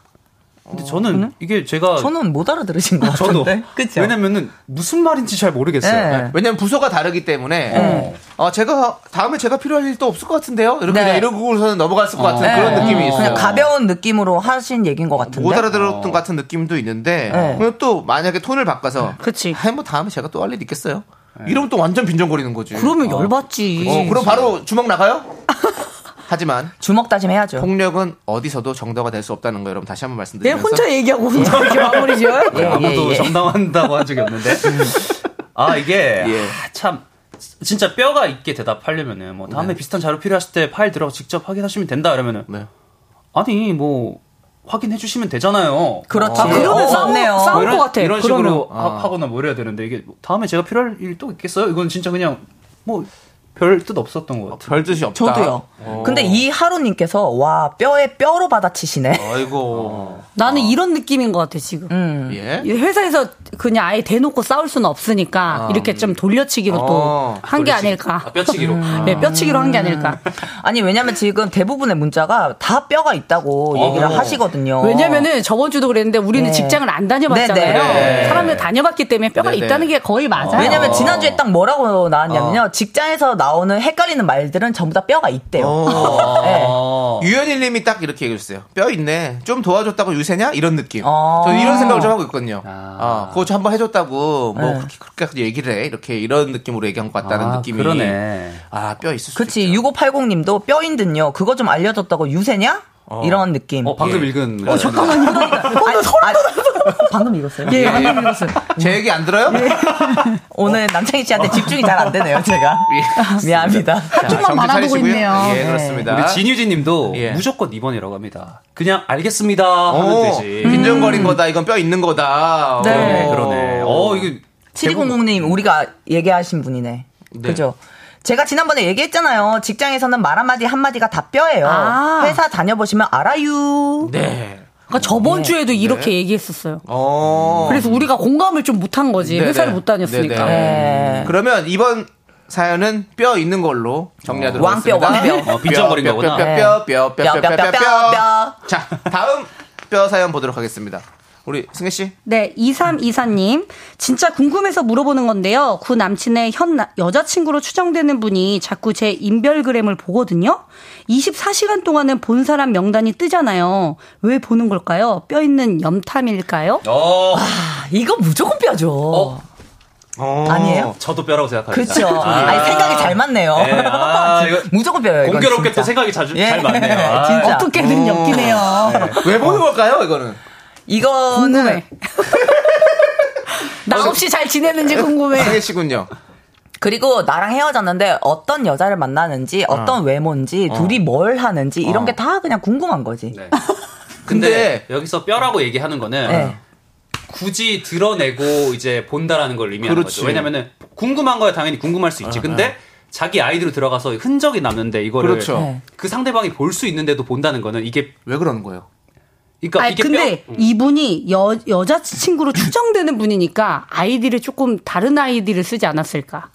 B: 근데 저는 이게 제가
I: 어, 저는 못 알아들으신 것
B: 저도
I: 같은데. 그쵸?
B: 왜냐면은 무슨 말인지 잘 모르겠어요. 아,
I: 네.
A: 왜냐면 부서가 다르기 때문에 어, 제가 다음에 제가 필요할 일도 없을 것 같은데요. 이렇게
I: 네.
A: 그냥 이러고서는 넘어갔을 것 같은
I: 네.
A: 그런 느낌이 있어요.
I: 그냥 가벼운 느낌으로 하신 얘기인 것 같은데.
A: 못 알아들었던 것 같은 느낌도 있는데
I: 네.
A: 그럼 또 만약에 톤을 바꿔서 그치. 아이 뭐 다음에 제가 또 할 일 있겠어요. 이러면 또 완전 빈정거리는 거지.
J: 그러면 열받지.
A: 어, 그럼 바로 주먹 나가요? 하지만
I: 주먹 다짐해야죠.
A: 폭력은 어디서도 정당화 될 수 없다는 거 여러분 다시 한번
J: 내일
A: 말씀드리면서
J: 혼자 얘기하고 혼자 이렇게 마무리 지어요?
A: 예,
B: 네, 아무도 정당한다고 한 적이 없는데. 아 이게
A: 예.
B: 아, 참 진짜 뼈가 있게 대답하려면은 뭐
A: 네.
B: 다음에 비슷한 자료 필요하실 때 파일 들어가 직접 확인하시면 된다 이러면은 아니 뭐 확인해 주시면 되잖아요.
I: 그렇지. 아,
A: 어,
I: 그러면 싸웠네요.
B: 뭐 이런-
I: 싸울 것 같아.
B: 이런 식으로
I: 그러면.
B: 하- 하거나 뭐 이래야 되는데 이게 뭐 다음에 제가 필요할 일 또 있겠어요? 이건 진짜 그냥 뭐 별 뜻 없었던 것 같아요.
A: 별 뜻이 없다. 어.
I: 저도요. 근데 이 하루님께서 와 뼈에 뼈로 받아치시네.
A: 어. 아이고.
J: 나는 이런 느낌인 것 같아 지금.
A: 예.
J: 이 회사에서 그냥 아예 대놓고 싸울 수는 없으니까
I: 아,
J: 이렇게 좀 돌려치기로
I: 어,
J: 또 한 게 아닐까.
B: 뼈치기로.
J: 네, 뼈치기로 한 게 아닐까.
I: 아니 왜냐면 지금 대부분의 문자가 다 뼈가 있다고
A: 어.
I: 얘기를 하시거든요.
J: 왜냐면은 저번 주도 그랬는데 우리는
I: 어. 네.
J: 직장을 안 다녀봤잖아요.
I: 네, 네.
J: 사람을 다녀봤기 때문에 뼈가
I: 네, 네.
A: 어.
J: 있다는 게 거의 맞아요.
I: 왜냐면 지난주에 딱 뭐라고 나왔냐면요. 직장에서 나오는 헷갈리는 말들은 전부 다 뼈가 있대요.
A: 어.
I: 네.
A: 유현일님이 딱 이렇게 얘기해주세요. 뼈 있네. 좀 도와줬다고 유세냐? 이런 느낌.
I: 어.
A: 저 이런 생각을 좀 하고 있거든요. 아, 그거 좀 한번 해줬다고 뭐
I: 네.
A: 그렇게 그렇게 얘기를 해 이렇게 이런 느낌으로 얘기한 것 같다는
I: 아,
A: 느낌이.
I: 그러네.
A: 아 뼈 있을 수.
I: 그치 6580님도 뼈인 듯요. 그거 좀 알려줬다고 유세냐?
A: 어.
I: 이런 느낌.
B: 어, 방금 읽은.
I: 어, 잠깐만요. 아니, 아니, 방금 읽었어요?
A: 예, 방금 읽었어요. 제 얘기 안 들어요?
I: 예. 오늘 남창희
A: 어.
I: 씨한테 집중이 잘 안 되네요, 제가. 미안합니다.
J: 한쪽만 바라보고 있네요.
A: 예, 그렇습니다. 예.
B: 우리 진유진님도 무조건 2번이라고 합니다. 그냥 알겠습니다 아, 하면
A: 오, 음.
B: 되지.
A: 어, 빈정거린 거다. 이건 뼈 있는 거다.
I: 음. 네.
B: 그러네, 그러네. 어, 이게
I: 7200님, 우리가 얘기하신 분이네.
A: 네.
I: 그죠? 제가 지난번에 얘기했잖아요. 직장에서는 말 한마디 한마디가 다 뼈예요.
J: 아.
I: 회사 다녀보시면 알아요.
A: 네.
J: 그러니까 저번
I: 네.
J: 주에도
I: 네.
J: 이렇게 얘기했었어요.
A: 어.
J: 그래서 우리가 공감을 좀 못한 거지.
A: 네네.
J: 회사를 못 다녔으니까.
A: 네네. 그러면 이번 사연은 뼈 있는 걸로 정리하도록
J: 왕뼈,
A: 하겠습니다.
J: 왕뼈.
B: 어, 빈정거린
A: 뼈,
B: 거구나.
A: 뼈, 뼈, 뼈, 뼈, 뼈, 뼈, 뼈, 뼈,
I: 뼈.
A: 자, 다음 뼈 사연 보도록 하겠습니다. 우리 승혜 씨.
O: 네, 2324님. 진짜 궁금해서 물어보는 건데요. 그 남친의 현 나- 여자친구로 추정되는 분이 자꾸 제 인별그램을 보거든요? 24시간 동안은 본 사람 명단이 뜨잖아요. 왜 보는 걸까요? 뼈 있는 염탐일까요?
B: 어.
A: 아.
J: 아,
I: 이거 무조건 뼈죠. 아니에요?
B: 저도 뼈라고 생각합니다.
I: 그렇죠. 아, 니 생각이 잘 맞네요.
B: 네, 아, 이거
I: 무조건 뼈예요. 이건
B: 공교롭게
I: 진짜.
B: 또 생각이 자주,
I: 예.
B: 잘 맞네요. 아.
I: 진짜.
J: 어떻게든 엮이네요.
A: 왜 보는 걸까요, 이거는?
I: 이거는
J: 나 없이 잘 지내는지 궁금해.
A: 승혜 씨군요.
I: 그리고 나랑 헤어졌는데 어떤 여자를 만나는지 어떤 외모인지
B: 어.
I: 둘이 뭘 하는지 이런
B: 어.
I: 게 다 그냥 궁금한 거지.
B: 근데, 여기서 뼈라고 얘기하는 거는
I: 네.
B: 굳이 드러내고 이제 본다라는 걸 의미하는
A: 그렇지. 아, 네.
B: 거죠. 왜냐면은 궁금한 거야 당연히 궁금할 수 있지. 근데 자기 아이디로 들어가서 흔적이 남는데 이거를
A: 그렇죠. 네.
B: 그 상대방이 볼 수 있는데도 본다는 거는 이게
A: 왜 그러는 거예요?
B: 그러니까
J: 아니,
B: 이게
J: 근데
B: 뼈,
J: 이분이 여, 여자친구로 추정되는 분이니까 아이디를 조금 다른 아이디를 쓰지 않았을까.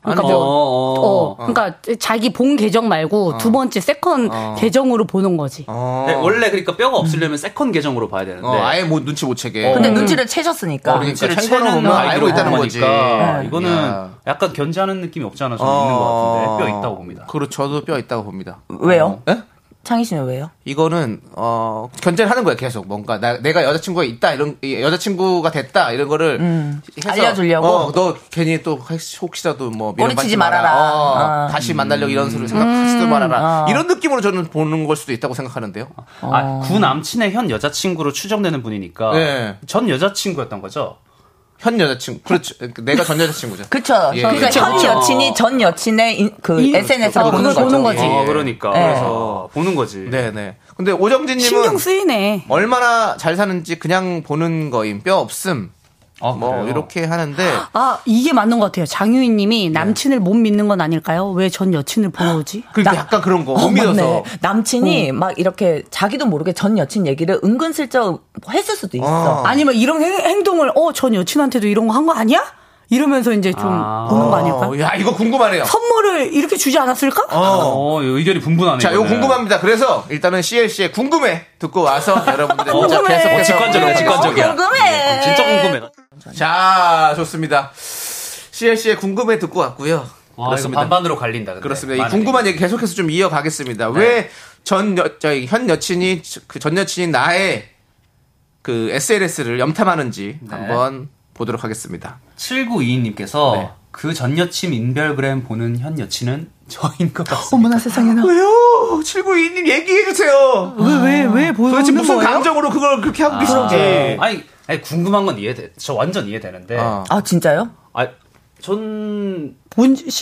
J: 그러니까
B: 아니,
J: 뭐,
B: 어,
J: 어,
B: 어.
J: 그러니까 자기 본 계정 말고
B: 어.
J: 두 번째 세컨
B: 어.
J: 계정으로 보는 거지.
B: 네, 원래 그러니까 뼈가 없으려면 세컨 계정으로 봐야 되는데 그러니까
A: 어, 아예 뭐 눈치 못 채게.
I: 근데
B: 어.
I: 눈치를 채셨으니까.
A: 눈치를 채는 알고 있다는 거지. 네.
B: 이거는
A: 야.
B: 약간 견제하는 느낌이 없지 않아 저는 있는 것 같은데 뼈 있다고 봅니다.
A: 그렇죠. 저도 뼈 있다고 봅니다.
I: 왜요?
A: 예?
I: 창희 씨는 왜요?
A: 이거는 어 견제를 하는 거야 계속 뭔가 나, 내가 여자친구가 있다 이런 이 여자친구가 됐다 이런 거를
I: 음.
A: 해서,
I: 알려주려고?
A: 어, 너 괜히 또 혹시- 혹시라도 뭐
I: 꼬리
A: 미움받지
I: 치지 말아라.
A: 어,
I: 아.
A: 다시 만나려고 이런 소리 생각하지도
I: 음.
A: 말아라
I: 어.
A: 이런 느낌으로 저는 보는 걸 수도 있다고 생각하는데요
B: 아, 구 남친의 현 여자친구로 추정되는 분이니까
A: 네.
B: 전 여자친구였던 거죠.
A: 현 여자친구 그렇죠 내가 전 여자친구죠
I: 그쵸.
A: 예,
I: 그러니까
A: 그쵸,
I: 현
A: 그쵸.
I: 여친이 전 여친의 인- 그 SNS를
A: 아,
I: 보는, 거죠.
B: 어, 그러니까
I: 예.
B: 그래서 보는 거지.
A: 네네 근데 오정진님은
J: 신경 쓰이네.
A: 얼마나 잘 사는지 그냥 보는 거임 뼈 없음
B: 아,
A: 뭐 이렇게 하는데
J: 아, 이게 맞는 것 같아요. 장유인 님이 남친을 못 믿는 건 아닐까요? 왜 전 여친을 보지?
A: 그러니까 약간 그런 거.
I: 어, 맞네. 남친이 막 이렇게 자기도 모르게 전 여친 얘기를 은근슬쩍 했을 수도 있어.
J: 아니면 이런 행, 행동을 어, 전 여친한테도 이런 거 한 거 아니야? 이러면서 이제 좀 보는 거 아닐까요?
A: 어, 야 이거 궁금하네요
J: 선물을 이렇게 주지 않았을까?
B: 어, 어, 의견이 분분하네요.
A: 자, 이거
B: 이거는.
A: 궁금합니다. 그래서 일단은 CLC의 궁금해 듣고 와서 여러분들
B: 어,
A: 문자
B: 계속
A: 계속 어,
B: 직관적이야, 직관적이야.
I: 궁금해.
B: 진짜 궁금해.
A: 자, 좋습니다. CLC의 궁금해 듣고 왔고요.
B: 와, 이거 반반으로 갈린다. 근데.
A: 그렇습니다. 이
B: 반반이.
A: 궁금한 얘기 계속해서 좀 이어가겠습니다.
B: 네.
A: 왜 전 여, 저희 현 여친이 그 전 여친이 나의 그 SLS를 염탐하는지
B: 네.
A: 한번 보도록 하겠습니다.
B: 7922님께서
A: 네.
B: 그 전 여친 인별그램 보는 현 여친은 저인 것 같습니다.
J: 어머나 세상에나.
A: 왜요? 7922님 얘기해 주세요.
J: 왜, 왜, 왜 보는
A: 도대체 무슨
J: 거예요?
A: 감정으로 그걸 그렇게 하고 계신지.
B: 아, 아니, 아니, 궁금한 건 이해돼. 저 완전 이해되는데.
I: 아 진짜요?
B: 아, 전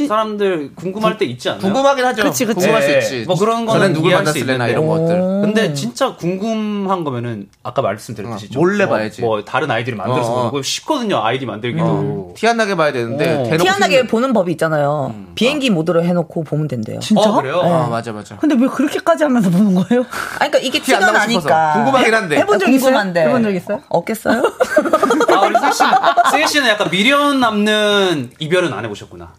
B: 사람들 궁금할 때 있지 않나요?
A: 궁금하긴 하죠. 그치, 그치. 궁금할 수 있지.
B: 뭐
A: 저는
B: 그런 거는
A: 누굴
B: 이해할 수
A: 만났을래나
B: 있는데.
A: 이런 것들. 오.
B: 근데 진짜 궁금한 거면은 아까 말씀드렸듯이
A: 어,
B: 좀
A: 몰래
B: 뭐-
A: 봐야지.
B: 뭐 다른 아이디를 만들어서
A: 어, 어.
B: 보는 거 쉽거든요. 아이디 만들기도. 어.
A: 티 안 나게 봐야 되는데 대놓고
I: 희한하게 보는 법이 있잖아요. 비행기 모드로 해놓고 보면 된대요.
A: 음.
I: 네.
A: 어, 그래요? 아, 맞아 맞아.
J: 근데 왜 그렇게까지 하면서 보는 거예요?
I: 아, 그러니까 이게
A: 티안
I: 티가
A: 나고 싶어서.
I: 나니까.
A: 궁금하긴 한데.
I: 해본 적 있어요?
J: 궁금한데.
I: 해본 적 있어요? 없겠어요?
B: 아, 우리 승희 씨, 승희 씨는 약간 미련 남는 이별은 안 해보셨구나.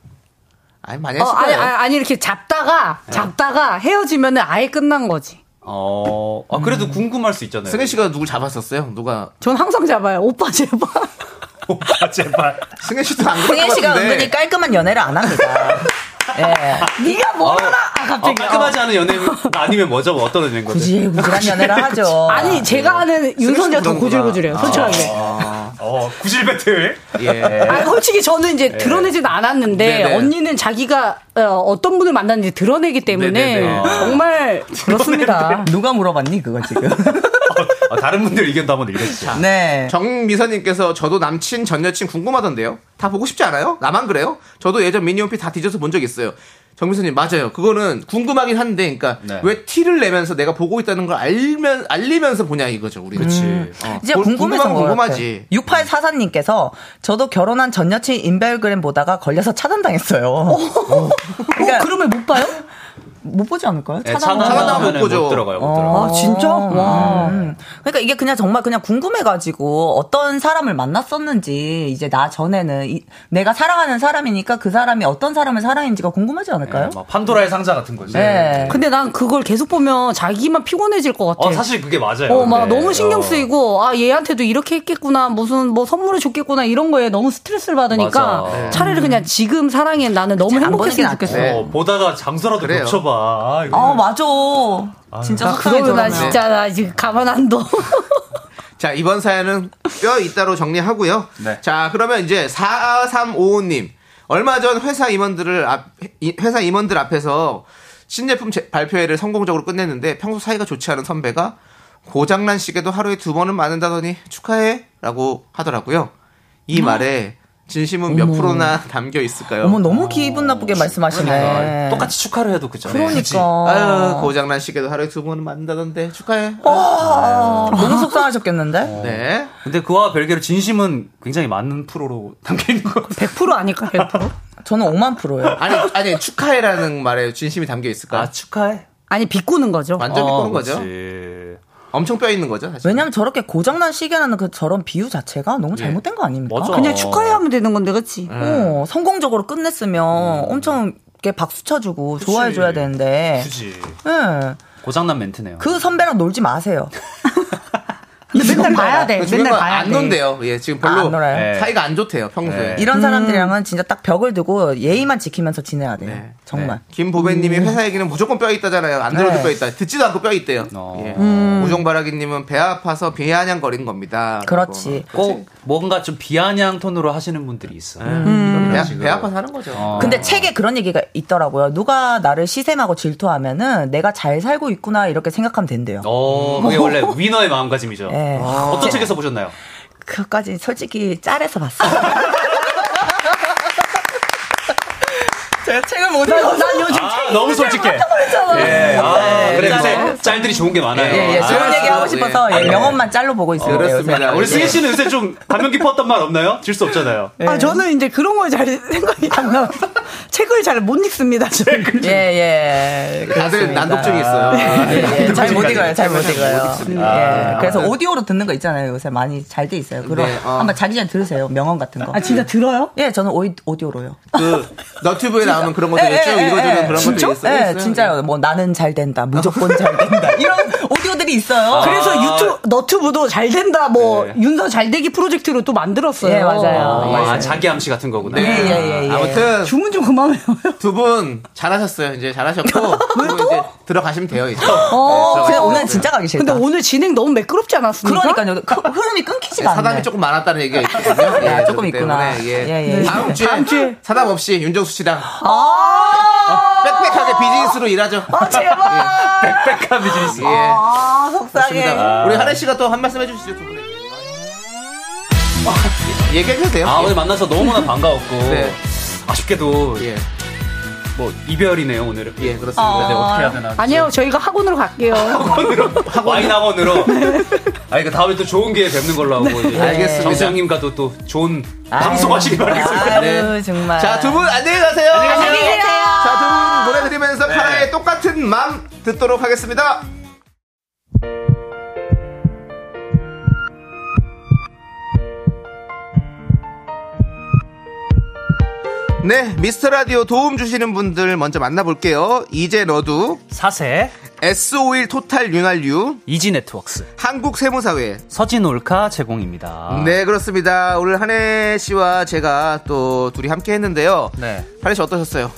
A: 아니 많이
P: 네,
J: 어, 아니, 아니, 아니, 이렇게 잡다가, 잡다가 헤어지면 은 아예 끝난 거지.
B: 어, 아, 그래도 궁금할 수 있잖아요.
A: 승혜 씨가 누굴 잡았었어요? 누가?
J: 전 항상 잡아요. 오빠 제발.
B: 아, 제발.
A: 승혜 씨도 안 그럴
I: 승혜
A: 것
I: 씨가
A: 같은데.
I: 은근히 깔끔한 연애를 안 합니다. 예. 네가 뭘 알아? 아, 갑자기. 어.
P: 깔끔하지 않은 연예인 아니면 뭐죠? 뭐 어떤 연예인 거죠?
I: 구질구질한 연애를 하죠.
J: 아니
P: 네.
J: 제가 아는 윤선이가 더 고질고질해요. 어, 솔직하게.
P: 아, 어, 구질 배틀. 예.
J: 아, 솔직히 저는 이제 드러내진 않았는데
P: 네. 네네.
J: 언니는 자기가 어, 떤 분을 만났는지 드러내기 때문에
P: 네네네.
J: 정말 그렇습니다.
I: 누가 물어봤니 그거 지금?
P: 아, 다른 분들 의견도 한번 읽어주세요.
I: 네.
A: 정미선님께서 저도 남친 전 여친 궁금하던데요. 다 보고 싶지 않아요? 나만 그래요? 저도 예전 미니홈피 다 뒤져서 본 적 있어요. 정미선님 맞아요. 그거는 궁금하긴 한데, 그러니까
J: 네.
A: 왜 티를 내면서 내가 보고 있다는 걸 알면 알리면서 보냐 이거죠. 우리. 그렇지.
I: 이제 궁금해서
A: 어. 궁금하지.
I: 6844님께서 저도 결혼한 전 여친 인별그램 보다가 걸려서 차단당했어요. 그러면못 봐요? 못 보지 않을까요?
P: 예, 차단하면 못 들어가요. 못 들어가요.
I: 아, 진짜? 와. 그러니까 이게 그냥 정말 그냥 궁금해가지고 어떤 사람을 만났었는지 이제 나 전에는 이- 내가 사랑하는 사람이니까 그 사람이 어떤 사람을 사랑했는지가 궁금하지 않을까요? 네.
P: 막 네, 뭐 판도라의 상자 같은 거지.
J: 근데 난 그걸 계속 보면 자기만 피곤해질 것 같아.
P: 어, 사실 그게 맞아요.
J: 어, 막
P: 근데.
J: 너무 신경
P: 어.
J: 쓰이고, 아, 얘한테도 이렇게 했겠구나, 무슨 뭐 선물을 줬겠구나, 이런 거에 너무 스트레스를 받으니까
P: 맞아. 네.
J: 차라리 그냥 지금 사랑해. 나는 너무 행복했으면 좋겠어.
P: 어, 보다가 장소라도
A: 그래요.
P: 고쳐봐. 아, 이거.
I: 아, 맞아.
J: 어, 진짜 아, 그러면 나 진짜 나 지금 가만 안 둬.
A: 자, 이번 사연은 뼈 이따로 정리하고요.
I: 네.
A: 자, 그러면 이제 4355님. 얼마 전 회사 임원들을 앞, 이- 회사 임원들 앞에서 신제품 제- 발표회를 성공적으로 끝냈는데 평소 사이가 좋지 않은 선배가 고장난 시계도 하루에 두 번은 맞는다더니 축하해 라고 하더라고요. 이 말에 진심은 몇
I: 음. 어머.
A: 프로나 담겨 있을까요?
I: 어머, 너무 기분 나쁘게 말씀하시네.
A: 그러니까.
P: 똑같이 축하를 해도 그죠.
I: 그러니까.
A: 네. 그렇죠. 아유, 고장난 시계도 하루에 두 번은 맞는다던데 축하해.
I: 와, 너무 속상하셨겠는데?
A: 네.
P: 근데 그와 별개로 진심은 굉장히 많은 프로로 담겨 있는 거.
J: 100% 아닐까, 100%?
I: 저는 5만 프로예요.
A: 아니, 아니, 축하해라는 말에 진심이 담겨 있을까? 요
P: 아, 축하해. 어,
J: 아니, 비꼬는 거죠. 어,
A: 완전 비꼬는 거죠. 엄청 뼈 있는 거죠, 사실.
I: 왜냐면 저렇게 고장난 시계라는 그 저런 비유 자체가 너무 잘못된 거 아닙니까?
A: 예. 맞아. 예. 그냥 축하해
J: 하면 되는 건데, 그치?
I: 어, 성공적으로
A: 음.
I: 끝냈으면 엄청 이렇게 박수 쳐주고 뭐 좋아해줘야 되는데.
P: 굳이.
I: 예.
P: 고장난 멘트네요.
I: 그 선배랑 놀지 마세요.
J: 근데 맨날
I: 봐야 돼.
A: 주변과
I: 맨날 봐야
A: 그 안
I: 돼.
A: 논대요. 예, 지금 별로
P: 네.
A: 사이가 안 좋대요, 평소에.
I: 이런
P: 음.
I: 사람들이랑은 진짜 딱 벽을 두고 예의만 지키면서 지내야 돼요.
P: 네.
I: 정말.
A: 네. 김보배님이
P: 음.
A: 회사 얘기는 무조건 뼈 있다잖아요. 안 들어도
I: 네. 음.
A: 뼈 있다. 듣지도 않고 뼈 있대요.
P: 어.
A: 예. 우종바라기님은 배 아파서 비아냥거린 겁니다.
I: 그렇지.
P: 꼭 뭔가 좀 비아냥 톤으로 하시는 분들이 있어.
A: 음. 배, 배 아파서 하는 거죠.
P: 어.
I: 근데 책에 그런 얘기가 있더라고요. 누가 나를 시샘하고 질투하면은 내가 잘 살고 있구나 이렇게 생각하면 된대요.
P: 어, 그게 원래 위너의 마음가짐이죠.
I: 네.
P: 어떤 책에서 보셨나요?
I: 그것까지 솔직히 짤에서 봤어요. 제가 책을 못 읽어서
P: 아, 너무 솔직해. 예.
I: 깜짝
P: 아,
I: 네,
P: 그래,
I: 짤.
P: 요새 짤들이 좋은 게 많아요.
I: 예, 예, 좋은
P: 아,
I: 얘기 하고 싶어서
P: 예.
I: 예, 명언만 짤로 보고 있어요. 네,
P: 그렇습니다. 우리 승희 씨는 요새 좀 감명 깊었던 말 없나요? 질 수 없잖아요.
I: 네,
J: 아, 저는 이제 그런 거에 잘 생각이 안 나서 책을 잘 못 읽습니다.
I: 예, 예. 아,
A: 다들 난독증이 있어요.
I: 잘 못 읽어요, 잘 못
A: 잘
I: 읽어요.
A: 못 읽습니다.
I: 예, 그래서
A: 아무튼.
I: 오디오로 듣는 거 있잖아요. 요새 많이 잘 돼 있어요. 그럼
A: 네, 어.
I: 한번 자기 전에 들으세요. 명언 같은 거.
J: 아, 진짜 들어요?
I: 예, 저는 오이, 오디오로요.
A: 그, 너튜브에 나오는 그런 것들이
I: 예, 예,
A: 쭉
I: 예,
A: 읽어주는
I: 예.
A: 그런 것들이 있어요.
I: 예,
A: 있어요.
I: 진짜요. 뭐 나는 잘 된다, 무조건 잘 된다. 이런 오디오들이 있어요.
P: 아.
A: 아,
J: 그래서 유튜브, 너튜브도 잘 된다, 뭐,
P: 네.
J: 윤서 잘 되기 프로젝트로 또 만들었어요.
I: 예, 맞아요.
P: 아, 자기 암시 같은 거구나.
I: 예,
A: 네. 아무튼.
J: 주문 좀 그만해요.
A: 두 분 잘하셨어요. 이제 잘하셨고. 그리고 이제 들어가시면 돼요, 이제.
P: 네,
J: 어,
I: 그냥 오늘 진짜 가기 싫다.
J: 근데 오늘 진행 너무 매끄럽지 않았습니까?
I: 그러니까요. 그 흐름이 끊기지가 않네.
A: 사담이 조금 많았다는 얘기가 있거든요.
I: 아,
A: 예,
I: 조금
A: 그렇기
I: 있구나.
A: 때문에, 예.
I: 예, 예.
A: 다음 주에,
I: 다음
A: 사담 없이 윤정수 씨랑 어,
I: 아!
A: 빽빽하게 비즈니스로 일하죠.
I: 아, 제발!
P: 빽빽한 비즈니스.
A: 예.
I: 아, 속상해.
A: 좋습니다. 우리 하래 씨가 또 한 말씀 해주시죠, 두 분에게. 얘기해도 돼요?
P: 아,
A: 예.
P: 오늘 만나서 너무나 반가웠고.
A: 네.
P: 아쉽게도. 뭐, 이별이네요, 오늘은.
A: 예,
P: 그렇습니다. 네, 어떻게 해야 되나.
J: 아니요, 저희가 학원으로 갈게요.
I: 뭐.
P: 와인 학원으로.
I: 네.
P: 아, 이거 다음에 또 좋은 기회 뵙는 걸로 하고. 이제
A: 알겠습니다.
P: 정수영님과도 또 좋은
A: 아유.
P: 방송하시기
I: 네.
P: 바라겠습니다. 네.
A: 아유,
I: 정말.
A: 네. 자, 두 분 안녕히 가세요.
I: 안녕히 가세요. 안녕히 계세요.
A: 자, 두 분 보내드리면서 파라의 똑같은 맘 듣도록 하겠습니다. 네, 미스터 라디오 도움 주시는 분들 먼저 만나볼게요. 이제 너도
P: 사세
A: S51 토탈 윤활유
P: 이지 네트웍스
A: 한국 세무사회
P: 서진 올카
B: 아.
P: 제공입니다.
A: 네, 그렇습니다. 오늘 한혜 씨와 제가 또 둘이 함께 했는데요.
P: 네.
A: 한혜 씨 어떠셨어요?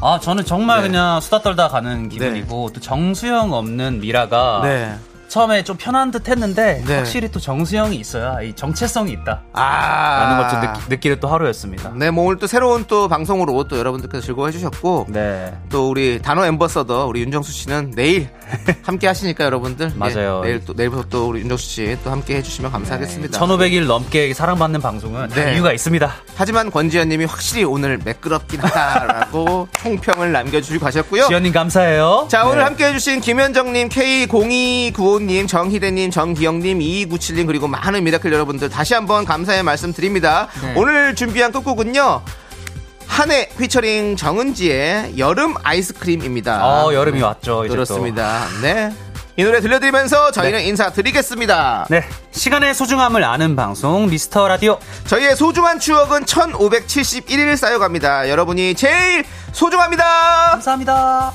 B: 아 저는 정말
A: 네.
B: 그냥 수다 떨다 가는 기분이고 또 정수영 없는 미라가
A: 네.
B: 처음에 좀 편한 듯 했는데
A: 네.
B: 확실히 또 정수영이 있어야 이 정체성이 있다
A: 아.
B: 라는 걸 좀 느끼는 또 하루였습니다.
A: 네, 뭐 오늘 또 새로운 또 방송으로 또 여러분들께서 즐거워해 주셨고
B: 네.
A: 또 우리 단어 엠버서더 우리 윤정수 씨는 내일 함께 하시니까 여러분들 예,
B: 맞아요.
A: 내일 또 내일부터 또 우리 윤정수 씨 또 함께 해 주시면 감사하겠습니다.
B: 1500일 넘게 사랑받는 방송은 다
A: 네.
B: 이유가 있습니다.
A: 하지만 권지현 님이 확실히 오늘 매끄럽긴 하다라고 총평을 남겨주시고 가셨고요.
B: 지현님 감사해요.
A: 자, 오늘
B: 네.
A: 함께 해주신 김현정님, K0295님, 정희대님, 정기영님, 2297님, 그리고 많은 미라클 여러분들 다시 한번 감사의 말씀 드립니다.
B: 네.
A: 오늘 준비한 끝곡은요. 한해 휘처링 정은지의 여름 아이스크림입니다.
B: 어, 여름이 왔죠, 이제 또.
A: 그렇습니다. 네. 이 노래 들려드리면서 저희는 인사드리겠습니다.
B: 네. 시간의 소중함을 아는 방송 미스터 라디오.
A: 저희의 소중한 추억은 1571일 쌓여갑니다. 여러분이 제일 소중합니다.
B: 감사합니다.